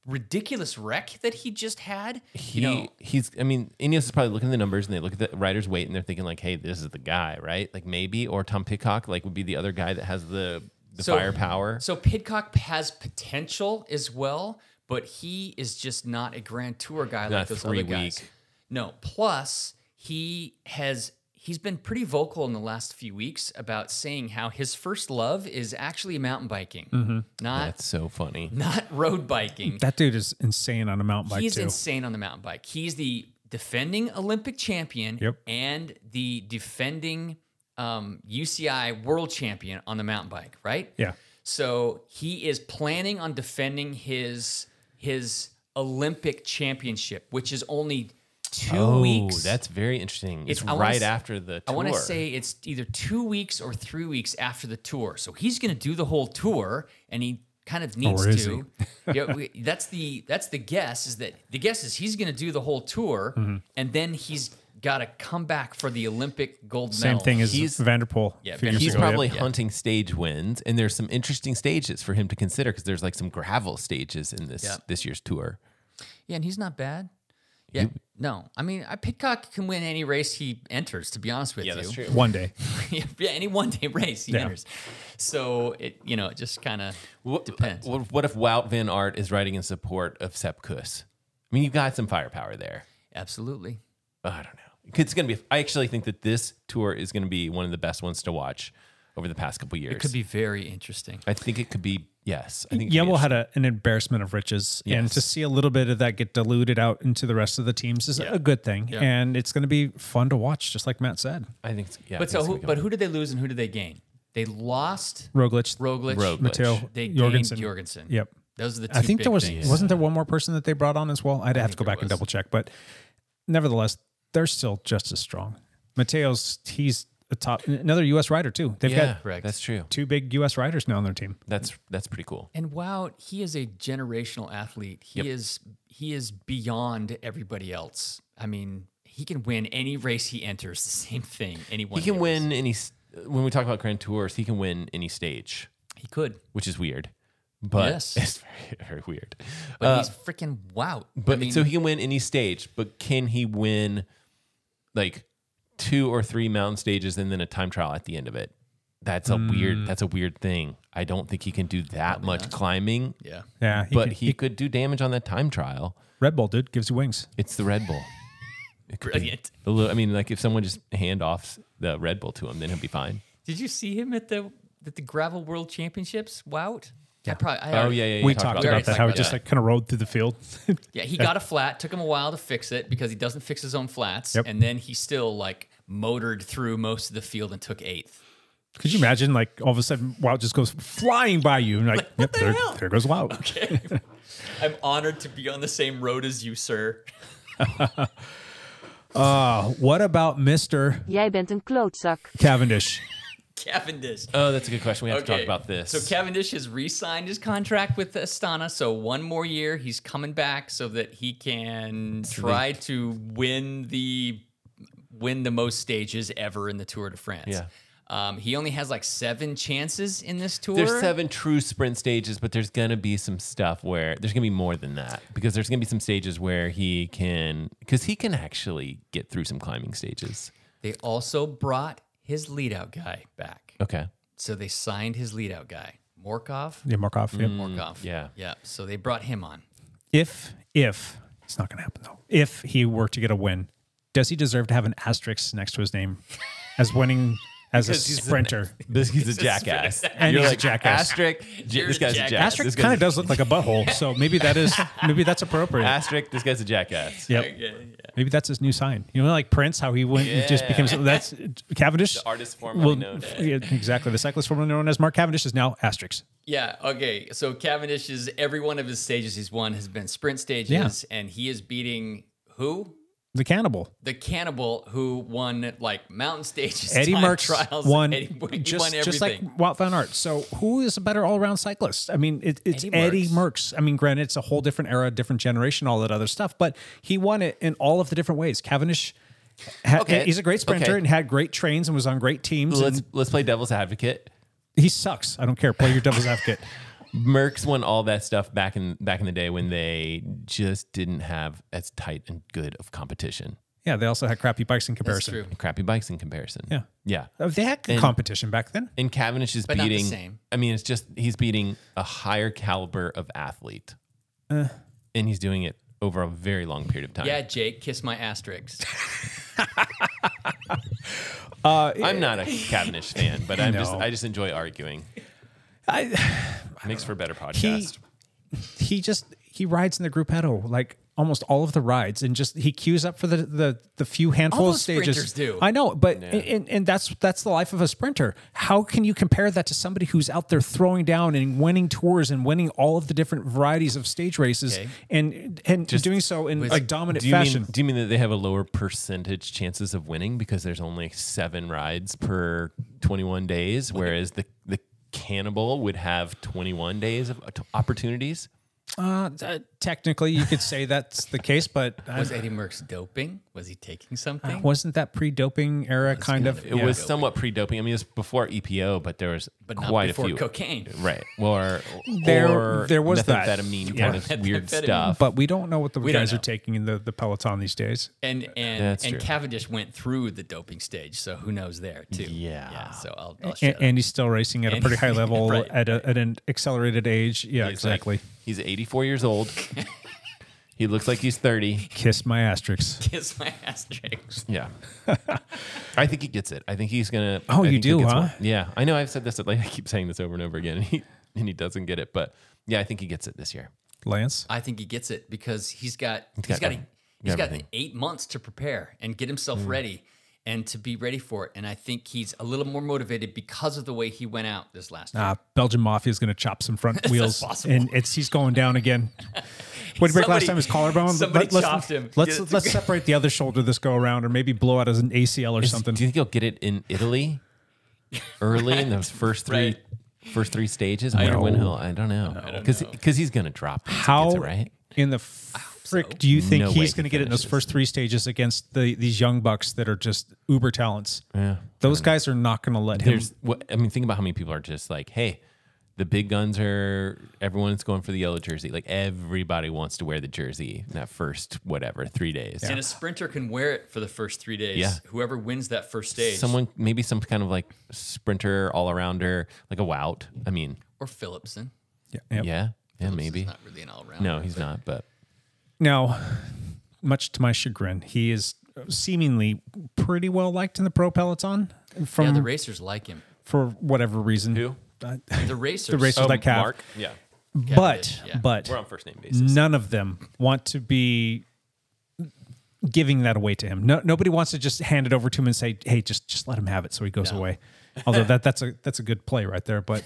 S9: ridiculous wreck that he just had.
S4: He
S9: you know,
S4: he's I mean Ineos is probably looking at the numbers and they look at the rider's weight and they're thinking like hey this is the guy right like maybe or Tom Pitcock like would be the other guy that has the the
S9: So-
S4: firepower
S9: So Pidcock has potential as well, but he is just not a Grand Tour guy
S4: Not
S9: like those
S4: three
S9: other guys.
S4: week.
S9: No. Plus, he has he's been pretty vocal in the last few weeks about saying how his first love is actually mountain biking, not
S4: Mm-hmm. that's so funny
S9: not road biking.
S8: That dude is insane on a mountain bike
S9: He's
S8: too.
S9: insane on the mountain bike. He's the defending Olympic champion
S8: Yep.
S9: and the defending um, UCI world champion on the mountain bike, right?
S8: Yeah.
S9: So he is planning on defending his his Olympic championship, which is only two
S4: Oh,
S9: weeks.
S4: that's very interesting it's,
S9: I wanna
S4: right
S9: s-
S4: after the
S9: I
S4: tour
S9: want to say it's either two weeks or three weeks after the tour. So he's going to do the whole tour, and he kind of needs
S8: Or is
S9: to. yeah, we, that's the that's the guess is that the guess is he's going to do the whole tour, and then he's got to come back for the Olympic gold
S8: Same
S9: medal.
S8: thing as
S9: He's-
S8: Vanderpool.
S9: Yeah,
S8: a few years
S4: he's
S8: ago, oh, yeah.
S4: probably hunting stage wins and there's some interesting stages for him to consider because there's like some gravel stages in this
S9: Yeah.
S4: this year's tour
S9: yeah, and he's not bad. Yeah, no, I mean, I, Pitcock can win any race he enters. To be honest with you,
S8: One day.
S9: yeah, any one day race he
S8: Yeah.
S9: enters. So it, you know, it just kind of
S4: What,
S9: depends.
S4: What, what if Wout Van Art is writing in support of Sepp Kuss? I mean, you've got some firepower there.
S9: Absolutely.
S4: I don't know. It's going to be. I actually think that this tour is going to be one of the best ones to watch over the past couple years.
S9: It could be very interesting.
S4: I think it could be. Yes. I think. it could be
S8: Yemel had a, an embarrassment of riches, and to see a little bit of that get diluted out into the rest of the teams is a good thing,
S9: Yeah.
S8: and it's going to be fun to watch, just like Matt said.
S4: I think. It's, yeah. I think
S9: But so,
S4: it's
S9: who,
S4: gonna be
S9: but
S4: good.
S9: who did they lose and who did they gain? They lost
S8: Roglic,
S9: Roglic,
S4: Roglic.
S8: Mateo,
S9: They
S8: Jorgensen.
S9: gained Jorgensen.
S8: Yep.
S9: Those are the two
S8: I think there
S9: big
S8: was
S9: things.
S8: wasn't there one more person that they brought on as well. I'd have to go
S9: there
S8: back and
S9: was.
S8: double check, but nevertheless, they're still just as strong. Mateo's he's a top another U.S. rider too. They've
S4: Yeah,
S8: got
S9: Correct.
S4: that's true.
S8: two big U.S. riders now on their team.
S4: That's that's pretty cool.
S9: And wow, he is a generational athlete. He is he is beyond everybody else. I mean, he can win any race he enters. The same thing. Anyone
S4: He can win any. s- When we talk about Grand Tours, he can win any stage,
S9: He could.
S4: which is weird. But
S9: Yes.
S4: it's very, very weird.
S9: But he's freaking wow.
S4: But so he can win any stage, but can he win like two or three mountain stages and then a time trial at the end of it? That's a
S9: Mm.
S4: weird. That's a weird thing. I don't think he can do that much climbing.
S9: Yeah.
S8: Yeah,
S4: but
S8: can-
S4: he, could do damage on that time trial.
S8: Red Bull dude gives you wings.
S4: It's the Red Bull. It could be
S9: Brilliant.
S4: a little- I mean, like if someone just hand offs the Red Bull to him, then he'll be fine.
S9: Did you see him at the at the gravel world championships? Wow. Yeah. I probably, I
S4: Oh
S9: already-
S4: yeah, yeah. yeah
S8: we
S4: you
S8: talked about,
S9: that.
S8: that.
S9: Talked
S8: How he
S9: about
S8: just
S9: that.
S8: like kind of rode through the field.
S9: Yeah, he got a flat. Took him a while to fix it because he doesn't fix his own flats,
S8: Yep.
S9: and then he still like motored through most of the field and took eighth.
S8: Could you imagine, like all of a sudden, Wout just goes flying by you, and like, yep, there, there goes Wout.
S9: I'm honored to be on the same road as you, sir.
S8: Uh, What about Mister
S12: Jij bent een klootzak.
S8: Cavendish?
S9: Cavendish.
S4: Oh, that's a good question. We have to talk about this.
S9: So Cavendish has re-signed his contract with Astana, so one more year he's coming back so that he can try to win the win the most stages ever in the Tour de France.
S4: Yeah.
S9: Um, he only has like seven chances in this tour.
S4: There's seven true sprint stages, but there's gonna be some stuff where there's gonna be more than that because there's gonna be some stages where he can because he can actually get through some climbing stages.
S9: They also brought his lead out guy back.
S4: Okay,
S9: So they signed his lead out guy, Morkov.
S8: Yeah, Markov. Yeah.
S9: Morkov.
S4: yeah.
S9: Yeah. So they brought him on.
S8: If if it's not going to happen though. If he were to get a win, does he deserve to have an asterisk next to his name as winning as a sprinter?
S4: this he's a jackass.
S8: And he's a jackass.
S4: Asterisk. j- This
S9: a
S4: guy's a
S9: jackass.
S4: jackass. This
S8: Asterisk
S4: guy's
S8: kind
S4: a-
S8: of does look like a butthole, so maybe that is maybe that's appropriate.
S4: Asterisk. This guy's a jackass.
S8: Yep. Maybe that's his new sign. You know, like Prince, how he went and just became so that's Cavendish. The
S4: artist formerly known as-
S8: exactly. The cyclist formerly known as Mark Cavendish is now asterisk.
S9: Yeah. Okay. So Cavendish is every one of his stages he's won has been sprint stages, and he is beating who?
S8: The cannibal.
S9: The cannibal who won like mountain stages,
S8: Eddie
S9: time
S8: Merckx
S9: trials.
S8: won,
S9: Eddie, he
S8: just,
S9: won everything.
S8: just like Wout van Aert. So who is a better all-around cyclist? I mean, it, it's
S9: Eddie
S8: Eddie
S9: Merckx.
S8: Merckx. I mean, granted, it's a whole different era, different generation, all that other stuff, but he won it in all of the different ways. Cavendish, had,
S4: Okay.
S8: he's a great sprinter
S4: Okay.
S8: and had great trains and was on great teams.
S4: Let's
S8: and
S4: let's play devil's advocate.
S8: he sucks. I don't care. Play your devil's advocate.
S4: Mercs won all that stuff back in back in the day when they just didn't have as tight and good of competition.
S8: Yeah, they also had crappy bikes in comparison.
S9: true.
S4: Crappy bikes in comparison.
S8: Yeah.
S4: Yeah.
S8: Uh, They had
S4: And-
S8: competition back then.
S4: And Cavendish is
S9: But not the
S4: beating
S9: same.
S4: I mean, it's just he's beating a higher caliber of athlete.
S8: Eh.
S4: and he's doing it over a very long period of time.
S9: Yeah, Jake, kiss my asterisks.
S4: I'm not a Cavendish fan, but I'm just
S8: No.
S4: I just enjoy arguing.
S8: I,
S4: Makes for a better
S8: he,
S4: podcast.
S8: he just he rides in the gruppetto like almost all of the rides and just he queues up for the the, the few handful
S9: All
S8: of
S9: those
S8: stages
S9: sprinters do.
S8: i know but and, and that's that's the life of a sprinter how can you compare that to somebody who's out there throwing down and winning tours and winning all of the different varieties of stage races
S9: Okay.
S8: and and doing so in a dominant
S4: do you
S8: fashion
S4: mean do you mean that they have a lower percentage chances of winning because there's only seven rides per 21 days, whereas the the cannibal would have 21 days of t- opportunities?
S8: uh, th- technically you could say that's the case but I,
S9: Was Eddie Merckx doping? Was he taking something?
S8: wasn't that pre-doping era kind of
S4: It was somewhat pre-doping. I mean, it was before EPO, but there was
S9: but not
S4: quite
S9: before
S4: a few.
S9: cocaine.
S4: Right. Or
S8: There-
S4: or
S8: there was that.
S4: methamphetamine
S8: Yeah.
S4: kind of weird
S9: Methamphetamine.
S4: stuff.
S8: but we don't know what the
S9: We don't
S8: guys are
S9: know.
S8: taking in the, the peloton these days
S9: And and
S4: That's
S9: and
S4: true.
S9: Cavendish went through the doping stage, so who knows there too?
S4: Yeah.
S9: so I'll, I'll shut
S8: and,
S9: up.
S8: and he's still racing at a
S9: And-
S8: pretty high level
S9: Right,
S8: at, a, at an accelerated age. Yeah,
S4: He's like-
S8: exactly.
S4: he's 84 years old. he looks like he's 30.
S8: Kiss my asterisks.
S9: kiss my asterisks.
S4: Yeah. I think he gets it. I think he's going to.
S8: Oh, you do, huh?
S4: Yeah. I know I've said this, like, I keep saying this over and over again, and he, and he doesn't get it. But yeah, I think he gets it this year.
S8: Lance?
S9: I think he gets it because he's got
S4: got
S9: he's got,
S4: every-
S9: a, he's got
S4: everything. Mm.
S9: eight months to prepare and get himself ready and to be ready for it. And I think he's a little more motivated because of the way he went out this
S4: Ah,
S9: last year.
S8: Uh, Belgian Mafia is going to chop some front wheels.
S9: possible.
S8: And it's he's going down again. What did he break last
S9: Somebody-
S8: time? His collarbone?
S9: somebody
S8: let's,
S9: chopped him.
S8: Let's,
S9: Yeah.
S8: let's separate the other shoulder this go around or maybe blow out as an ACL or
S4: Is-
S8: something.
S4: Do you think he'll get it in Italy early in those first three?
S9: Right.
S4: First three stages, I wonder when
S8: know.
S4: he'll. I don't know, because he's gonna drop. once he gets
S8: How
S4: it right?
S8: in the frick do you think
S4: No way
S8: he's
S4: he
S8: going to get it in those
S4: finishes.
S8: first three stages against the these young bucks that are just uber talents? Yeah, those guys are not going to let him.
S4: There's what I mean. Think about how many people are just like, hey, the big guns are everyone's going for the yellow jersey. Like everybody wants to wear the jersey in that first whatever three days.
S9: And a sprinter can wear it for the first three days.
S4: Yeah.
S9: Whoever wins that first stage,
S4: Someone maybe some kind of like sprinter all arounder, like a Wout. I mean,
S9: or Phillipson,
S8: Yep.
S4: yeah, yeah, maybe.
S9: he's not really an all round.
S4: No, he's not. But
S8: Now, much to my chagrin, he is seemingly pretty well liked in the pro peloton from
S9: yeah, the racers like him.
S8: for whatever reason.
S4: Who?
S8: Uh,
S9: The racers,
S8: the racers like Cav.
S4: Oh, Mark, yeah,
S8: but
S9: yeah.
S8: but
S4: we're on first name basis.
S8: none of them want to be giving that away to him. No, nobody wants to just hand it over to him and say, "Hey, just just let him have it," so he goes away. Although that that's a that's a good play right there, but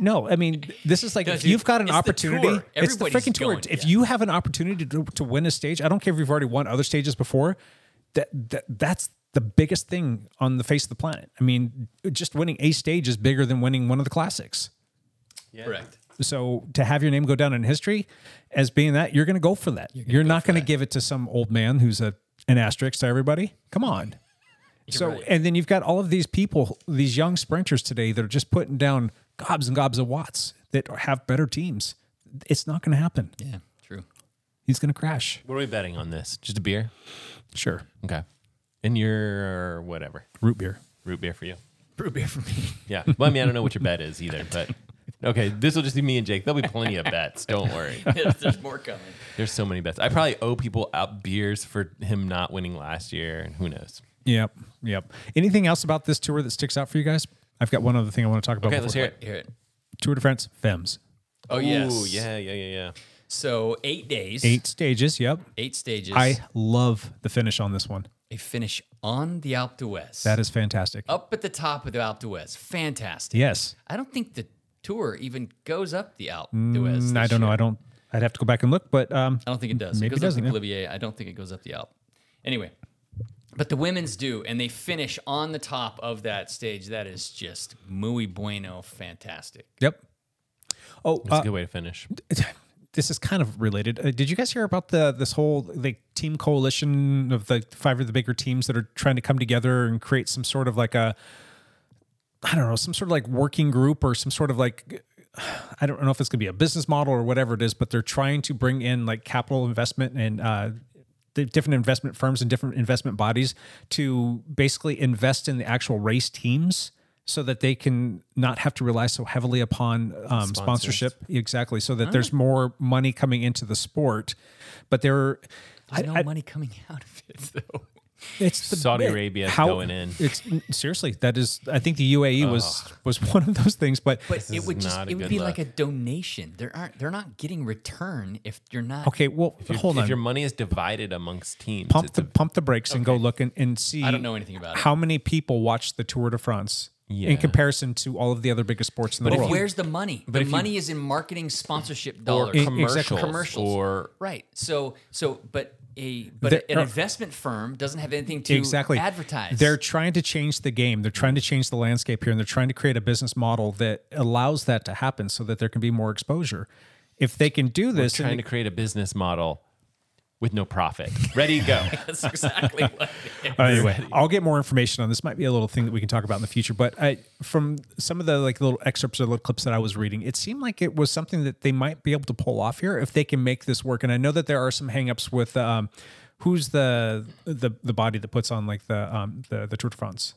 S8: no, I mean this is like if
S9: dude,
S8: you've got an
S9: it's the
S8: opportunity,
S9: tour.
S8: it's the
S9: Everybody's
S8: freaking tour.
S9: going,
S8: If
S9: yeah.
S8: you have an opportunity to, to win a stage, I don't care if you've already won other stages before. That, that that's the biggest thing on the face of the planet. I mean, just winning a stage is bigger than winning one of the classics.
S9: correct.
S8: So to have your name go down in history as being that, you're going to go for that. You're, not going to give it to some old man who's a an asterisk to everybody. Come on. so and then you've got all of these people, these young sprinters today that are just putting down gobs and gobs of watts that have better teams. It's not going to happen.
S9: Yeah, true.
S8: He's going to crash.
S4: What are we betting on this? Just a beer?
S8: Sure.
S4: Okay. And your whatever.
S8: Root beer.
S4: Root beer for you.
S9: Brew beer for me.
S4: Yeah. Well, I mean, I don't know what your bet is either, but okay, this will just be me and Jake. There'll be plenty of bets. Don't worry.
S9: There's, there's more coming.
S4: There's so many bets. I probably owe people out beers for him not winning last year, and who knows?
S8: Yep. Yep. Anything else about this tour that sticks out for you guys? I've got one other thing I want to talk about.
S4: Okay,
S8: before-
S4: let's hear it.
S9: Hear it.
S8: Tour de France, FEMS.
S9: Oh yes.
S4: Ooh, yeah, yeah, yeah, yeah.
S9: So eight days,
S8: Eight stages. Yep.
S9: eight stages.
S8: I love the finish on this one.
S9: a finish on the Alpe d'Huez.
S8: That is fantastic.
S4: Oh.
S9: up at the top of the Alpe d'Huez. Fantastic.
S8: Yes.
S9: I don't think the tour even goes up the Alpe d'Huez.
S8: Mm, I
S9: this
S8: don't know.
S9: year.
S8: I don't. I'd have to go back and look, but um,
S4: Oh.
S9: I don't think it does.
S8: Maybe
S9: it
S8: it
S9: goes
S8: doesn't,
S9: up
S8: yeah.
S9: the Olivier. I don't think it goes up the Alpe. Anyway, but the women's do, and they finish on the top of that stage. That is just muy bueno, fantastic.
S8: yep. Oh,
S4: That's
S8: uh,
S4: a good way to finish.
S8: this is kind of related. Uh, did you guys hear about the this whole like team coalition of the five of the bigger teams that are trying to come together and create some sort of like a I don't know, some sort of like working group or some sort of like I don't know if it's going to be a business model or whatever it is, but they're trying to bring in like capital investment and uh, the different investment firms and different investment bodies to basically invest in the actual race teams so that they can not have to rely so heavily upon um, sponsorship. Exactly. So that
S4: Ah.
S8: there's more money coming into the sport, but there are.
S9: There's no money coming out of it though.
S8: It's the
S4: Saudi
S8: bit-
S4: Arabia is
S8: how-
S4: going in.
S8: It's seriously that is. I think the UAE was was one of those things, but
S9: But it would just
S4: not a
S9: it would
S4: good
S9: be
S4: look.
S9: like a donation. There aren't they're not getting return if you're not
S8: okay. Well,
S4: If,
S8: hold
S4: if
S8: on.
S4: your money is divided amongst teams,
S8: pump
S4: it's
S8: the pump the brakes and go look and, and see.
S9: I don't know anything about it.
S8: how many people watch the Tour de France
S4: Yeah.
S8: in comparison to all of the other biggest sports in the
S9: But
S8: world.
S9: where's the money?
S4: if
S9: the
S4: you-
S9: money is in marketing sponsorship
S4: or
S9: dollars,
S4: commercials,
S9: commercials,
S4: or
S9: right? So, so, but a but
S8: There
S9: an
S8: are-
S9: investment firm doesn't have anything to
S8: exactly
S9: advertise.
S8: They're trying to change the game. They're trying to change the landscape here, and they're trying to create a business model that allows that to happen, so that there can be more exposure. If they can do this, and
S4: trying to create a business model with no profit. Ready, go.
S9: That's exactly what. It is.
S8: Uh, anyway, I'll get more information on this. Might be a little thing that we can talk about in the future. But I, from some of the like little excerpts or little clips that I was reading, it seemed like it was something that they might be able to pull off here if they can make this work. And I know that there are some hangups with um, who's the the the body that puts on like the um, the the Tour de France.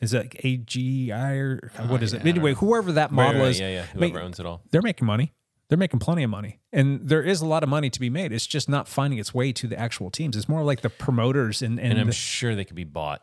S8: Is it like AGI or what is it? Anyway, whoever that model
S4: right,
S8: is,
S4: yeah, yeah,
S8: I mean,
S4: whoever owns it all.
S8: they're making money. They're making plenty of money, and there is a lot of money to be made. It's just not finding its way to the actual teams. It's more like the promoters and and,
S4: And I'm
S8: the-
S4: sure they could be bought.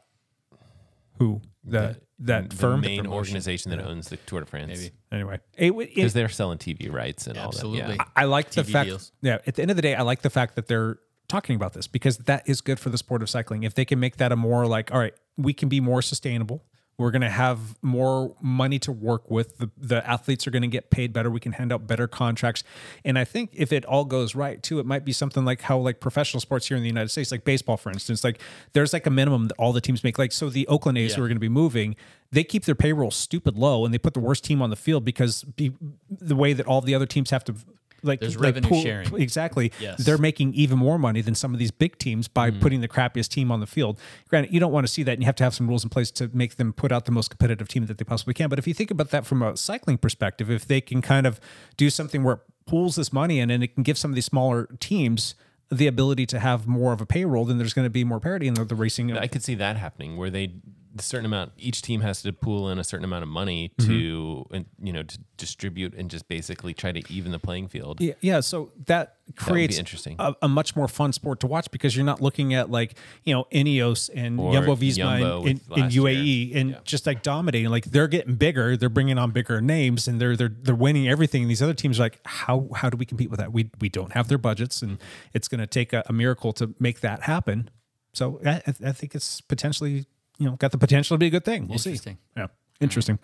S8: who the, that
S4: The
S8: firm
S4: main
S8: promotion.
S4: organization that owns the Tour de France,
S8: anyway it, w- it-
S4: because they're selling TV rights and all that.
S9: Absolutely.
S4: Yeah.
S8: i like the
S9: TV
S8: fact
S9: deals.
S8: yeah at the end of the day i like the fact that they're talking about this because that is good for the sport of cycling if they can make that a more like all right we can be more sustainable we're going to have more money to work with the, the athletes are going to get paid better we can hand out better contracts and i think if it all goes right too it might be something like how like professional sports here in the united states like baseball for instance like there's like a minimum that all the teams make like so the oakland a's who are going to be moving they keep their payroll stupid low and they put the worst team on the field because be, the way that all the other teams have to like
S9: There's
S8: like
S9: revenue sharing.
S8: exactly
S9: Yes. Mm-hmm.
S8: they're making even more money than some of these big teams by putting the crappiest team on the field granted you don't want to see that and you have to have some rules in place to make them put out the most competitive team that they possibly can but if you think about that from a cycling perspective if they can kind of do something where it pulls this money in and it can give some of these smaller teams the ability to have more of a payroll then there's going to be more parity in the, the racing
S4: I could see that happening where they a certain amount each team has to pool in a certain amount of money to and you know to distribute and just basically try to even the playing field.
S8: Yeah, yeah. So that
S4: would be
S8: creates
S4: interesting.
S8: A, a much more fun sport to watch because you're not looking at like you know Ineos and
S4: Or
S8: Jumbo Visma
S4: Jumbo
S8: in,
S4: with
S8: in
S4: last
S8: UAE and just like dominating. Like they're getting bigger, they're bringing on bigger names, and they're they're they're winning everything. And these other teams are like, how how do we compete with that? We we don't have their budgets, and it's going to take a, a miracle to make that happen. So I, I I think it's potentially you know got the potential to be a good thing. We'll
S9: Interesting.
S8: see. Yeah, interesting.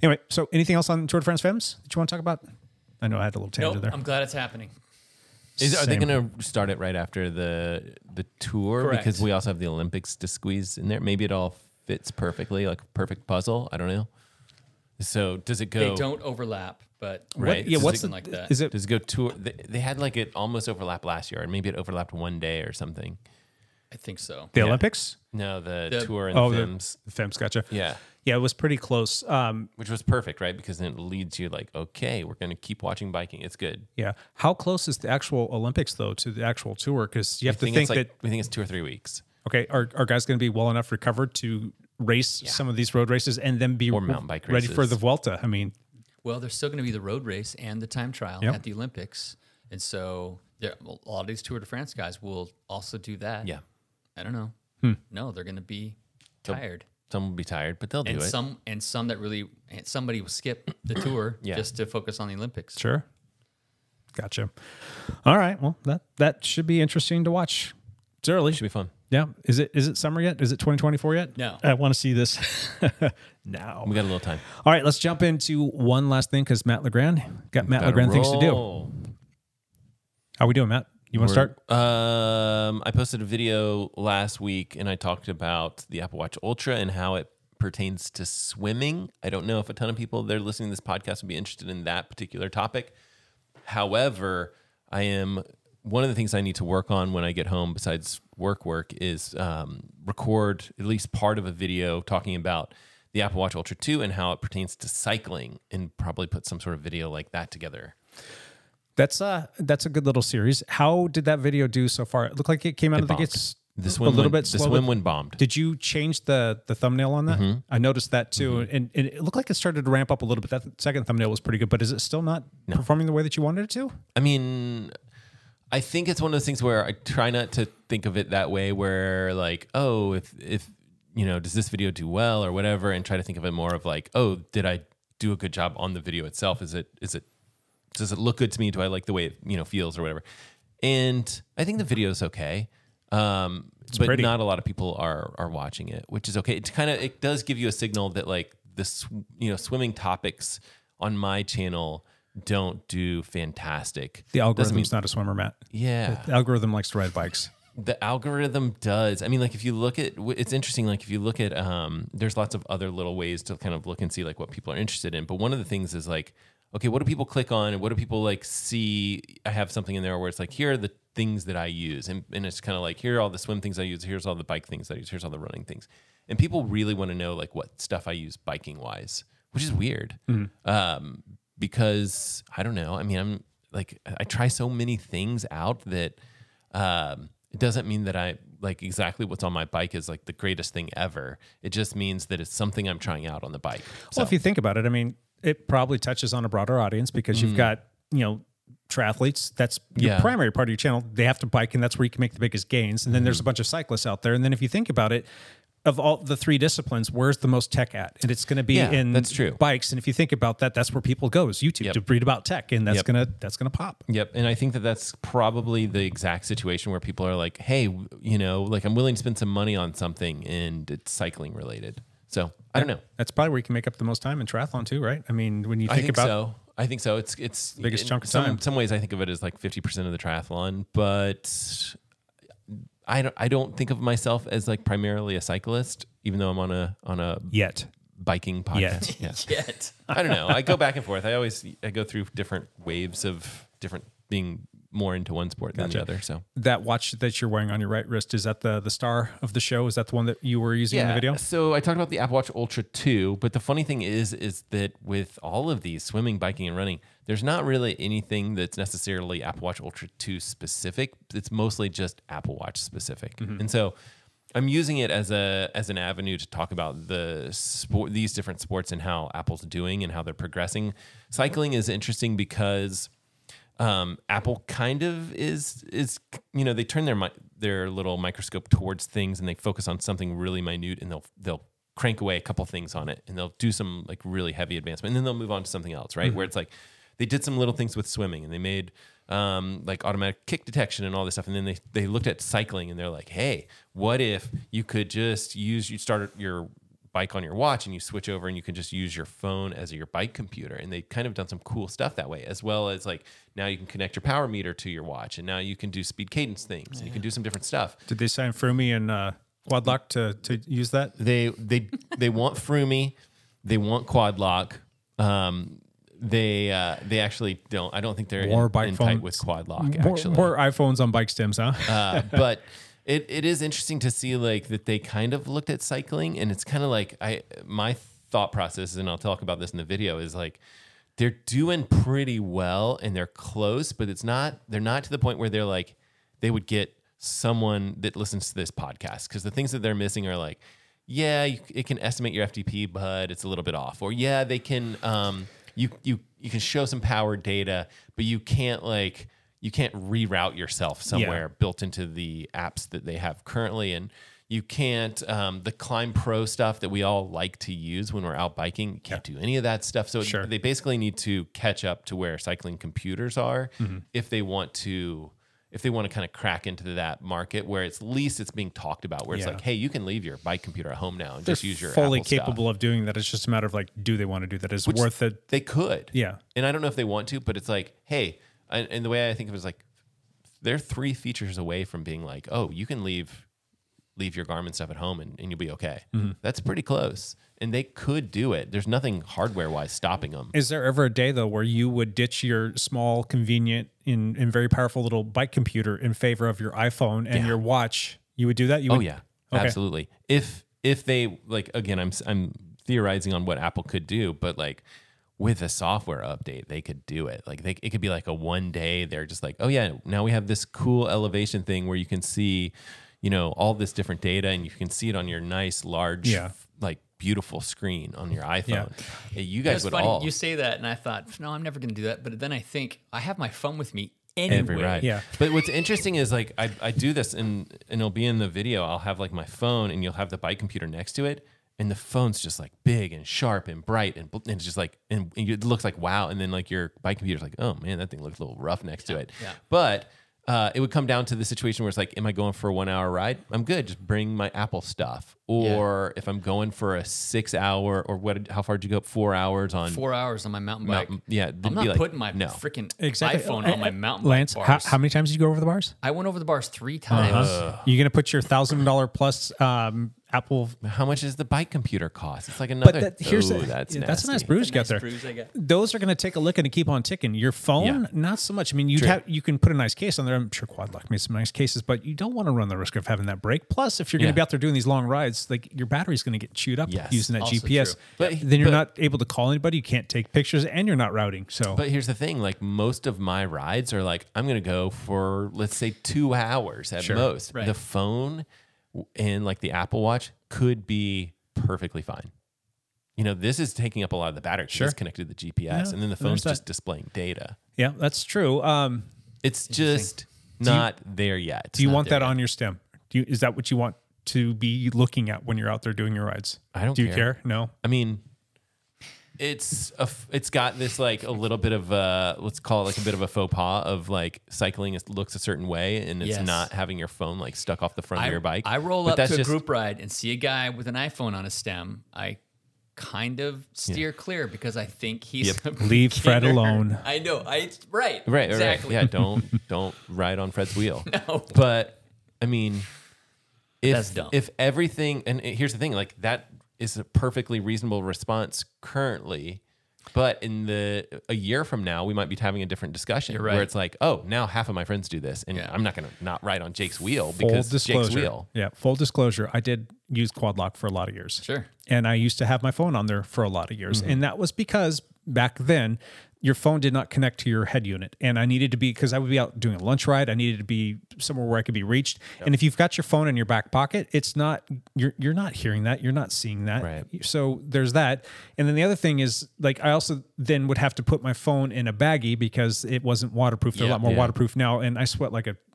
S8: Anyway, so anything else on Tour de France Femmes that you want to talk about? I know I had a little tangent
S9: Nope,
S8: there.
S9: I'm glad it's happening.
S4: Is, are they
S8: Same.
S4: going to start it right after the the tour?
S9: Correct.
S4: Because we also have the Olympics to squeeze in there. Maybe it all fits perfectly, like a perfect puzzle. I don't know. So does it go?
S9: They don't overlap, but
S4: Right.
S8: Yeah,
S4: Does
S8: what's
S4: it-
S8: the,
S9: like that.
S8: Is it
S4: Does it go tour? They, they had like it almost overlapped last year, and maybe it overlapped one day or something.
S9: I think so.
S8: the Olympics?
S4: No, the,
S9: The-
S4: tour and
S8: Oh, the-
S4: films,
S8: the FEMS, gotcha.
S4: Yeah.
S8: Yeah, it was pretty close. Um,
S4: which was perfect, right? Because then it leads you like, okay, we're going to keep watching biking. It's good.
S8: yeah. How close is the actual Olympics, though, to the actual tour? Because you have to
S4: I think,
S8: think
S4: it's like,
S8: that,
S4: we think it's two or three weeks.
S8: okay, are, are guys going to be well enough recovered to race some of these road races and then be
S4: Or mountain bike
S8: ready for
S4: races.
S8: the Vuelta? I mean,
S9: Well, there's still going to be the road race and the time trial
S8: Yep.
S9: at the Olympics, and so there, a lot of these Tour de France guys will also do that.
S4: Yeah. Hmm.
S9: I don't know. No, they're going to be tired,
S4: Some will be tired, but they'll
S9: and
S4: do it.
S9: some and some that really and somebody will skip the tour
S4: Yeah.
S9: just to focus on the Olympics.
S8: sure. Gotcha. All right. Well, that, that should be interesting to watch. It's early.
S4: Should be fun.
S8: Yeah. Is it is it summer yet? Is it 2024 yet?
S9: No.
S8: I want to see this now.
S4: We got a little time.
S8: All right, let's jump into one last thing because Matt Legrand got Matt
S4: Gotta
S8: Legrand things to do.
S4: roll.
S8: How we doing, Matt? You want to start?
S4: Um, I posted a video last week and I talked about the Apple Watch Ultra and how it pertains to swimming. I don't know if a ton of people that are listening to this podcast would be interested in that particular topic. However, I am one of the things I need to work on when I get home, besides work work, is um, record at least part of a video talking about the Apple Watch Ultra 2 and how it pertains to cycling and probably put some sort of video like that together.
S8: That's a that's a good little series. How did that video do so far? It looked like it came out
S4: It
S8: of the
S4: bombed.
S8: gates
S4: This
S8: a
S4: one
S8: little
S4: went-
S8: bit.
S4: this
S8: slow,
S4: one
S8: but
S4: went bombed.
S8: Did you change the the thumbnail on that?
S4: Mhm.
S8: I noticed that too, and, and it looked like it started to ramp up a little bit. That second thumbnail was pretty good, but is it still not performing the way that you wanted it to?
S4: I mean, I think it's one of those things where I try not to think of it that way, where like, oh, if if you know, does this video do well or whatever, and try to think of it more of like, oh, did I do a good job on the video itself? Is it is it does it look good to me? Do I like the way it you know feels or whatever? And I think the video is okay. Um, but
S8: pretty.
S4: not a lot of people are are watching it, which is okay. It kind of it does give you a signal that like this you know swimming topics on my channel don't do fantastic.
S8: The
S4: Doesn't
S8: algorithm's
S4: mean-
S8: not a swimmer, Matt.
S4: Yeah.
S8: the algorithm likes to ride bikes.
S4: the algorithm does. I mean, like if you look at, it's interesting. Like if you look at, um, there's lots of other little ways to kind of look and see like what people are interested in. But one of the things is like, okay, what do people click on, and what do people like see? I have something in there where it's like, here are the things that I use, and and it's kind of like, here are all the swim things I use, here's all the bike things I use, here's all the running things, and people really want to know like what stuff I use biking wise, which is weird,
S8: Mhm.
S4: um, because I don't know. I mean, I'm like I I try so many things out that um, it doesn't mean that I like exactly what's on my bike is like the greatest thing ever. It just means that it's something I'm trying out on the bike.
S8: Well, if you think about it, I mean, it probably touches on a broader audience because you've
S4: Mm.
S8: got, you know, triathletes. That's your
S4: Yeah.
S8: primary part of your channel. They have to bike, and that's where you can make the biggest gains. And then
S4: Mm.
S8: there's a bunch of cyclists out there. And then if you think about it, of all the three disciplines, where's the most tech at? And it's going to be
S4: Yeah,
S8: in
S4: that's true.
S8: bikes. And if you think about that, that's where people go is YouTube
S4: Yep.
S8: to read about tech, and that's
S4: Yep.
S8: gonna that's gonna pop.
S4: Yep. And I think that that's probably the exact situation where people are like, hey, w- you know, like I'm willing to spend some money on something and it's cycling related. So I don't know.
S8: That's probably where you can make up the most time in triathlon too, right? I mean, when you
S4: I
S8: think,
S4: think
S8: about
S4: so. I think so. It's it's
S8: Biggest
S4: in
S8: chunk of
S4: some,
S8: time.
S4: Some ways I think of it as like fifty percent of the triathlon, but I don't I don't think of myself as like primarily a cyclist, even though I'm on a on a
S8: yet
S4: biking podcast.
S9: Yet.
S4: Yeah.
S9: Yet.
S4: I don't know. I go back and forth. I always I go through different waves of different being more into one sport than the
S8: Gotcha.
S4: other. So
S8: that watch that you're wearing on your right wrist is that the the star of the show? Is that the one that you were using in the video?
S4: So I talked about the Apple Watch Ultra 2, but the funny thing is is that with all of these swimming, biking and running, there's not really anything that's necessarily Apple Watch Ultra 2 specific. It's mostly just Apple Watch specific.
S8: Mm-hmm.
S12: Mhm.
S4: And so I'm using it as a as an avenue to talk about the sport these different sports and how Apple's doing and how they're progressing. Cycling is interesting because um, Apple kind of is is you know they turn their mi- their little microscope towards things and they focus on something really minute and they'll they'll crank away a couple things on it and they'll do some like really heavy advancement and then they'll move on to something else right
S12: Mhm.
S4: where it's like they did some little things with swimming and they made um, like automatic kick detection and all this stuff and then they they looked at cycling and they're like hey what if you could just use you start your bike on your watch and you switch over and you can just use your phone as your bike computer and they've kind of done some cool stuff that way as well as like now you can connect your power meter to your watch and now you can do speed cadence things and you can do some different stuff
S8: Did they sign Froomey and uh, Quadlock to to use that?
S4: They they they want Froomey, they want Quad Lock. Um, they uh, they actually don't. I don't think they're
S8: More
S4: in,
S8: bike
S4: in
S8: phone-
S4: tight with Quad Lock
S8: more,
S4: actually.
S8: more iPhones on bike stems, huh?
S4: Uh, but it, it is interesting to see like that they kind of looked at cycling and it's kind of like I my thought process and I'll talk about this in the video is like they're doing pretty well and they're close but it's not they're not to the point where they're like they would get someone that listens to this podcast because the things that they're missing are like yeah you, it can estimate your FTP but it's a little bit off or yeah they can um you you you can show some power data but you can't like you can't reroute yourself somewhere built into the apps that they have currently and you can't um, the climb pro stuff that we all like to use when we're out biking you can't do any of that stuff so
S8: Sure.
S4: they basically need to catch up to where cycling computers are
S8: Mhm.
S4: if they want to if they want to kind of crack into that market where it's least it's being talked about where it's
S8: Yeah.
S4: like hey you can leave your bike computer at home now and
S8: They're
S4: just use your
S8: fully
S4: Apple stuff.
S8: capable of doing that. It's just a matter of like, do they want to do that? Is
S4: Which
S8: worth it?
S4: They could.
S8: Yeah.
S4: And I don't know if they want to, but it's like, hey, and, and the way I think of it is like, they're three features away from being like, oh, you can leave leave your Garmin stuff at home and, and you'll be okay.
S8: Mhm.
S4: That's pretty close. And they could do it. There's nothing hardware wise stopping them.
S8: Is there ever a day though where you would ditch your small, convenient, and, and very powerful little bike computer in favor of your iPhone and
S4: Yeah.
S8: your watch? You would do that. You
S4: oh
S8: would,
S4: yeah,
S8: Okay.
S4: absolutely. If if they like again, I'm s- I'm theorizing on what Apple could do, but like with a software update, they could do it. Like they, it could be like a one day. They're just like, oh yeah, now we have this cool elevation thing where you can see, you know, all this different data, and you can see it on your nice large,
S8: Yeah.
S4: f- like beautiful screen on your iPhone. You guys
S9: That's
S4: would
S9: funny.
S4: all
S9: You say that, and I thought, no, I'm never going to do that. But then I think I have my phone with me anyway.
S4: Every ride. But what's interesting is like I, I do this and and it'll be in the video. I'll have like my phone and you'll have the bike computer next to it. And the phone's just like big and sharp and bright and, bl- and it's just like and, and it looks like wow. And then like your bike computer's like, oh man, that thing looks a little rough next to it.
S9: yeah.
S4: But uh, it would come down to the situation where it's like, am I going for a one hour ride? I'm good. Just bring my Apple stuff. Or if I'm going for a six hour or what? How far did you go? Four hours on
S9: Four hours on my mountain bike.
S4: Mountain- yeah,
S9: I'm
S4: it'd
S9: not
S4: be like,
S9: putting my
S4: no.
S9: freaking
S8: Exactly.
S9: iPhone
S8: Uh,
S9: on my mountain
S8: Lance,
S9: bike
S8: how,
S9: bars.
S8: how many times did you go over the bars?
S9: I went over the bars three
S4: Uh-huh.
S9: times.
S8: You're gonna put your thousand dollar plus um, Apple.
S4: How much is the bike computer cost? It's like
S8: But
S4: another.
S8: that, here's
S4: Ooh,
S8: the-
S4: that's
S8: yeah, that's a nice
S4: nasty.
S8: bruise you got there. Those are going to take a look and keep on ticking. Your phone,
S4: Yeah.
S8: not so much. I mean, you
S4: True.
S8: have you can put a nice case on there. I'm sure Quad Lock made some nice cases, but you don't want to run the risk of having that break. Plus, if you're going
S4: Yeah.
S8: to be out there doing these long rides, like your battery's going to get chewed up
S4: Yes.
S8: using that
S4: Also
S8: GPS.
S4: true. But-
S8: then you're
S4: but-
S8: not able to call anybody. You can't take pictures, and you're not routing. So
S4: But here's the thing: like most of my rides are like I'm gonna go for let's say two hours at
S8: Sure.
S4: most.
S9: Right.
S4: The phone w- and like the Apple Watch could be perfectly fine. You know, this is taking up a lot of the battery. 'cause
S8: Sure.
S4: It's connected to the GPS,
S8: Yeah,
S4: and then the
S8: there's
S4: phone's
S8: that.
S4: just displaying data.
S8: yeah, that's true. Um,
S4: It's just not there yet.
S8: do you want that on your stem? Do you, is that what you want to be looking at when you're out there doing your rides?
S4: I don't
S8: Do you
S4: care.
S8: care? No.
S4: I mean, it's a, f- it's got this like a little bit of uh let's call it like a bit of a faux pas of like cycling is, looks a certain way and it's
S9: Yes.
S4: not having your phone like stuck off the front
S9: I,
S4: of your bike.
S9: I roll
S4: But
S9: up to a group ride and see a guy with an iPhone on a stem. I kind of steer clear because I think he's
S4: Yep.
S9: a
S8: Leave Fred
S9: beginner.
S8: alone.
S9: I know. I it's right.
S4: Right, right,
S9: Exactly.
S4: right. Yeah, don't don't ride on Fred's wheel.
S9: No.
S4: But I mean, if
S9: That's dumb.
S4: if everything and it- here's the thing, like that is a perfectly reasonable response currently. But in the a year from now, we might be having a different discussion
S9: You're right.
S4: where it's like, oh, now half of my friends do this, and
S9: Yeah.
S4: I'm not going to not ride on Jake's wheel
S8: full
S4: because
S8: disclosure.
S4: Jake's wheel.
S8: Yeah, full disclosure. I did use Quad Lock for a lot of years.
S9: Sure.
S8: And I used to have my phone on there for a lot of years.
S4: Mm-hmm.
S8: And that was because back then your phone did not connect to your head unit. And I needed to be, because I would be out doing a lunch ride, I needed to be somewhere where I could be reached. And if you've got your phone in your back pocket, it's not, you're, you're not hearing that. You're not seeing that.
S4: Right.
S8: So there's that. And then the other thing is, like, I also then would have to put my phone in a baggie because it wasn't waterproof. They're a
S9: Yeah,
S8: lot more
S4: yeah.
S8: waterproof now. And I sweat like a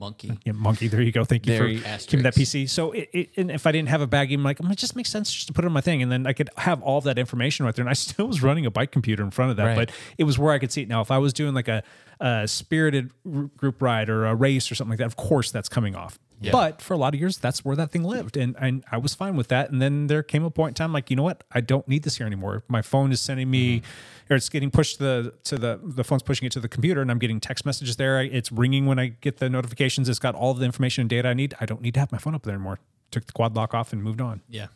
S9: Monkey.
S8: yeah, monkey. There you go. Thank you
S4: Very
S8: for giving that PC. So, it, it, and if I didn't have a baggie, I'm like, "Mm, it just makes sense just to put it on my thing, and then I could have all that information right there. And I still was running a bike computer in front of that,
S4: Right.
S8: but it was where I could see it. Now, if I was doing like a, a spirited r- group ride or a race or something like that, of course that's coming off. But for a lot of years, that's where that thing lived, and and I was fine with that. And then there came a point in time, like you know what, I don't need this here anymore. My phone is sending me,
S4: Mm-hmm.
S8: or it's getting pushed to the to the the phone's pushing it to the computer, and I'm getting text messages there. It's ringing when I get the notifications. It's got all the information and data I need. I don't need to have my phone up there anymore. Took the quad lock off and moved on.
S9: Yeah.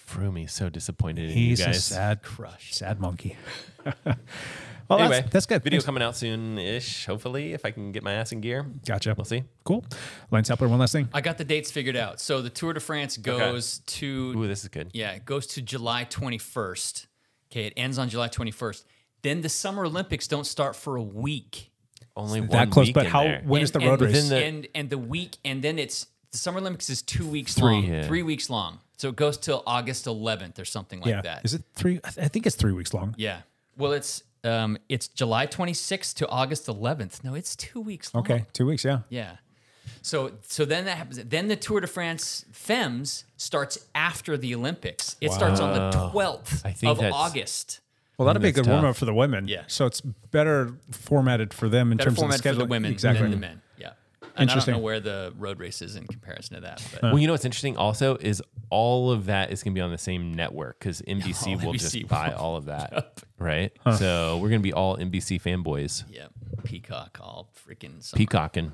S4: Froomy so disappointed in
S8: He's
S4: you
S8: a
S4: guys.
S8: sad crush, sad monkey. well,
S4: anyway,
S8: that's, that's good.
S4: Video
S8: Thanks.
S4: coming out soon ish. Hopefully, if I can get my ass in gear.
S8: Gotcha.
S4: We'll see.
S8: Cool. Lance Hepler, one last thing.
S9: I got the dates figured out. So the Tour de France goes to
S4: Ooh, this is good.
S9: Yeah, it goes to July 21st. Okay, it ends on July 21st. Then the Summer Olympics don't start for a week.
S4: Only one
S8: That close,
S4: week
S8: but
S4: in
S8: how? When
S4: there.
S8: is the
S9: and,
S8: road
S9: and,
S8: race?
S9: And, and the week, and then it's the Summer Olympics is two weeks
S4: Three,
S9: long,
S4: yeah.
S9: three weeks long. So it goes till August 11th or something like
S8: yeah,
S9: that.
S8: is it three? I th- I think it's three weeks long.
S9: Yeah. Well, it's um, it's July 26th to August 11th. No, it's two weeks long.
S8: Okay, two weeks. Yeah.
S9: Yeah. So so then that happens. Then the Tour de France Femmes starts after the Olympics. It starts on the 12th
S4: I think
S9: of
S4: that's-
S9: August.
S8: Well, that'd be a
S4: that's
S8: good
S4: tough.
S8: warm up for the women.
S9: Yeah.
S8: So it's better formatted for them in
S9: Better
S8: terms of the
S9: format for
S8: schedule.
S9: the women
S8: Exactly. Mm.
S9: than the men. Yeah. And I don't
S8: Interesting.
S9: know where the road race is in comparison to that.
S8: Uh.
S9: But
S4: Well, you know what's interesting also is all of that is going to be on the same network because NBC
S9: All
S4: will
S9: NBC
S4: just buy
S9: will-
S4: all of that, right? So we're going to be all NBC fanboys,
S9: yeah, Peacock all freaking summer.
S4: peacocking.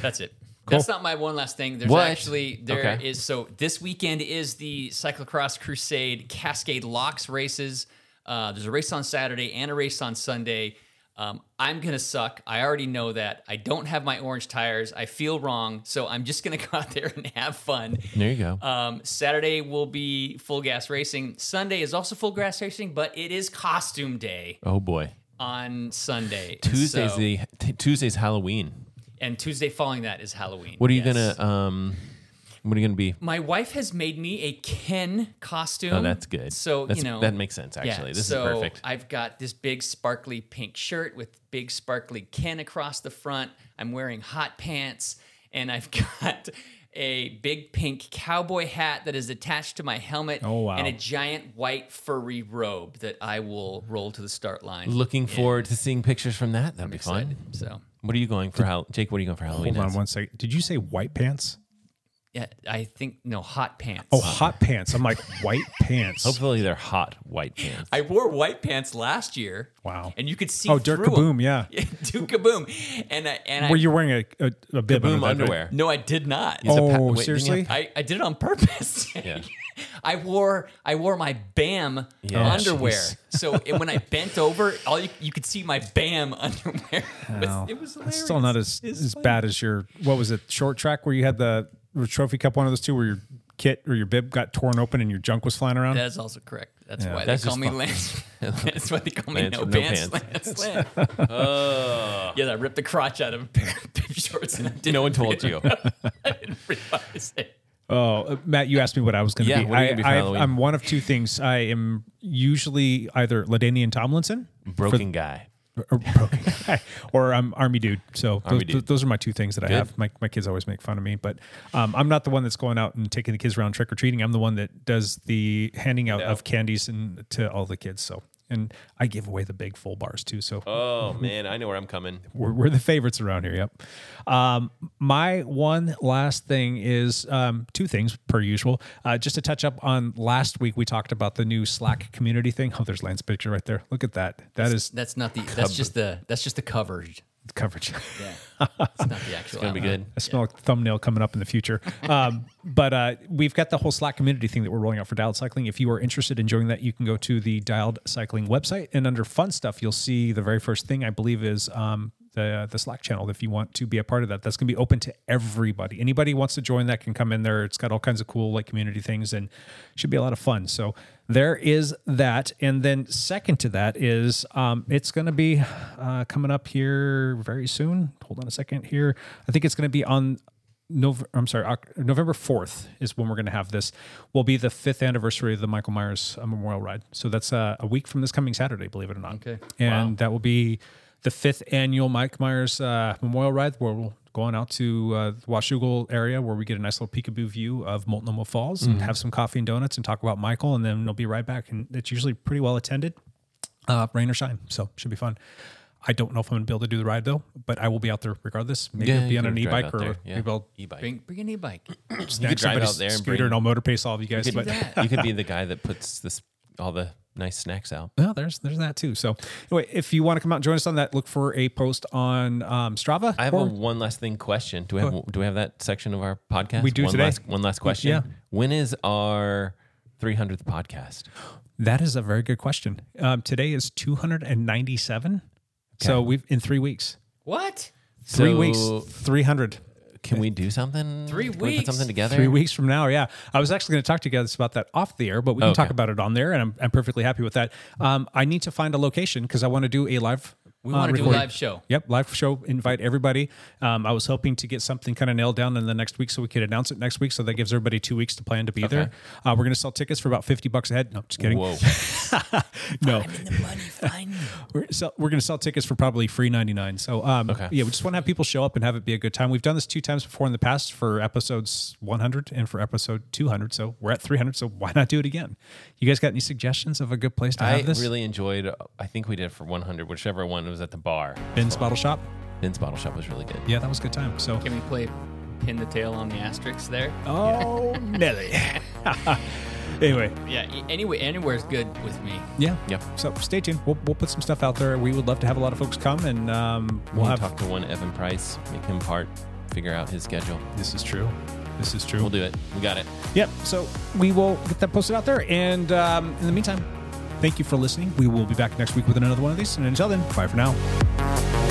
S9: That's it. That's not my one last thing. There's
S4: What?
S9: actually there is
S4: Okay.
S9: so this weekend is the Cyclocross Crusade Cascade Locks races. Uh, there's a race on Saturday and a race on Sunday. Um, I'm gonna suck. I already know that. I don't have my orange tires. I feel wrong, so I'm just gonna go out there and have fun.
S4: There you go.
S9: Um, Saturday will be full gas racing. Sunday is also full gas racing, but it is costume day
S4: Oh boy.
S9: on Sunday. And
S4: Tuesday's
S9: so-
S4: the t- Tuesday's Halloween.
S9: and Tuesday following that is Halloween.
S4: What are you
S9: Yes.
S4: gonna um? What are you gonna be?
S9: My wife has made me a Ken costume.
S4: Oh, that's good.
S9: So
S4: That's-
S9: you know
S4: that makes sense,
S9: Yeah,
S4: actually. This is
S9: so
S4: perfect.
S9: I've got this big sparkly pink shirt with big sparkly Ken across the front. I'm wearing hot pants, and I've got a big pink cowboy hat that is attached to my helmet.
S4: Oh, wow.
S9: And a giant white furry robe that I will roll to the start line.
S4: Looking
S9: in.
S4: forward to seeing pictures from that. That'll be fun.
S9: excited, so.
S4: what are you going for? Hal- Jake, what are you going for Halloween?
S8: Hold on
S4: as?
S8: one second. Did you say white pants?
S9: Yeah, I think no hot pants.
S8: Oh, hot pants. I'm like white pants.
S4: Hopefully they're hot white pants.
S9: I wore white pants last year. Wow. And you could see.
S8: Oh, Dirk
S9: through 'em.
S8: Kaboom, yeah.
S9: Dirk Kaboom. And I and
S8: Were
S9: I,
S8: you wearing a, a, a bib
S4: Kaboom
S8: under that, right?
S4: underwear.
S9: No, I did not.
S8: He's a pa- Oh, wait, didn't you seriously? have-
S9: I, I did it on purpose.
S4: Yeah.
S9: I wore I wore my BAM
S8: Oh,
S4: Yeah,
S9: underwear.
S4: jeez.
S9: So and when I bent over, all you, you could see my BAM underwear. It was-
S8: Oh,
S9: it was
S8: that's still not as as bad as your what was it short track where you had the or trophy cup one of those two where your kit or your bib got torn open and your junk was flying around.
S9: That is also correct. That's
S8: Yeah.
S9: why
S8: That's
S9: they call
S8: just
S9: me
S8: fun.
S9: Lance. That's why they call me
S4: Lance
S9: No
S4: with no
S9: Pants
S4: pants.
S9: Lance. Lance. yeah, I ripped the crotch out of a pair of bib shorts and I didn't
S4: No one told you.
S9: I didn't realize it.
S8: Oh, uh, Matt, you asked me what I was going to
S4: Yeah,
S8: be.
S4: what are you gonna
S8: I,
S4: be for
S8: I-
S4: Halloween?
S8: I'm one of two things. I am usually either Ladanian Tomlinson,
S4: Broken guy.
S8: or, or broken guy, or I'm Army Dude. So those,
S4: Army dude.
S8: those are my two things that I
S4: Good.
S8: have. My, my kids always make fun of me, but um, I'm not the one that's going out and taking the kids around trick or treating. I'm the one that does the handing out of candies and to all the kids. So and I give away the big full bars too. So
S4: Oh man, I know where I'm coming.
S8: we're, we're the favorites around here. Yep. Um, my one last thing is um, two things per usual. Uh, just to touch up on last week, we talked about the new Slack community thing. Oh, there's Lance's picture right there. Look at that. That is
S9: That's not the. That's just the. That's just the coverage.
S8: coverage.
S9: Yeah, it's not the actual.
S4: Gonna be
S9: outline.
S4: good.
S8: I smell a thumbnail coming up in the future. Um, but uh, we've got the whole Slack community thing that we're rolling out for Dialed Cycling. If you are interested in joining that, you can go to the Dialed Cycling website, and under Fun Stuff, you'll see the very first thing I believe is um, the the Slack channel. If you want to be a part of that, that's going to be open to everybody. Anybody who wants to join that can come in there. It's got all kinds of cool like community things, and should be a lot of fun. So there is that, and then second to that is um, it's going to be uh, coming up here very soon. Hold on a second here. I think it's going to be on November. I'm sorry, Oc- November fourth is when we're going to have this. Will be the fifth anniversary of the Michael Myers uh, Memorial Ride. So that's uh, a week from this coming Saturday, believe it or not. Okay, and that will be the fifth annual Mike Myers uh, Memorial Ride, where we'll go on out to uh, the Washougal area where we get a nice little peekaboo view of Multnomah Falls and
S4: Mm-hmm.
S8: have some coffee and donuts and talk about Michael, and then they'll be right back. And it's usually pretty well attended uh, rain or shine. So should be fun. I don't know if I'm gonna be able to do the ride though, but I will be out there regardless. Maybe
S4: Yeah,
S8: I'll be
S4: you
S8: on
S4: can
S8: an
S4: drive
S8: e-bike
S4: out
S8: or
S4: there. Yeah.
S8: maybe I'll
S4: E-bike.
S9: Bring bring an e-bike.
S8: snag
S4: drive out
S8: somebody's
S4: there and
S8: scooter
S4: bring-
S8: and I'll motor pace all of you
S4: You
S8: guys.
S4: could,
S8: but
S4: you could be the guy that puts this all the nice snacks out.
S8: well, there's there's that too. So anyway, if you want to come out and join us on that, look for a post on um, Strava.
S4: I have a
S8: or-
S4: one last thing question. Do we have do we have that section of our podcast?
S8: We do
S4: one
S8: today.
S4: Last, one last question.
S8: Yeah.
S4: When is our 300th podcast?
S8: that is a very good question. Um, today is 297. So we've in three weeks.
S9: What?
S8: Three
S4: So,
S8: weeks, 300.
S4: Can we do something?
S9: Three
S4: Can we put
S9: weeks.
S4: something together.
S8: Three weeks from now, yeah. I was actually going to talk to you guys about that off the air, but we can talk
S4: Okay.
S8: about it on there, and I'm, I'm perfectly happy with that. Um, I need to find a location because I want to do a live.
S9: We
S8: uh,
S9: want to do a
S8: recording.
S9: live show.
S8: Yep, live show. Invite everybody. Um, I was hoping to get something kind of nailed down in the next week, so we could announce it next week. So that gives everybody two weeks to plan to be there. Uh, we're going to sell tickets for about fifty bucks a head. No, just kidding.
S4: Whoa.
S8: no,
S9: Money, find me.
S8: we're, sell, we're going to sell tickets for probably free 99 so um,
S4: Okay.
S8: yeah we just want to have people show up and have it be a good time we've done this two times before in the past for episodes 100 and for episode 200 so we're at 300 so why not do it again you guys got any suggestions of a good place to have
S4: I
S8: this
S4: really enjoyed. I think we did it for 100, whichever one was at the bar.
S8: ben's bottle shop
S4: Vince Bottle Shop was really good.
S8: yeah that was a good time so
S9: Can we play pin the tail on the asterisk there?
S8: oh nelly anyway
S9: Yeah. e- Anyway, anywhere's good with me.
S8: yeah
S4: Yep.
S8: so stay tuned we'll, we'll put some stuff out there we would love to have a lot of folks come and um,
S4: We'll
S8: we'll have
S4: talk to one Evan Price, make him part, figure out his schedule.
S8: this is true this is true
S4: We'll do it. We got it.
S8: Yep. So we will get that posted out there. And um, in the meantime, Thank you for listening. We will be back next week with another one of these. And until then, bye for now.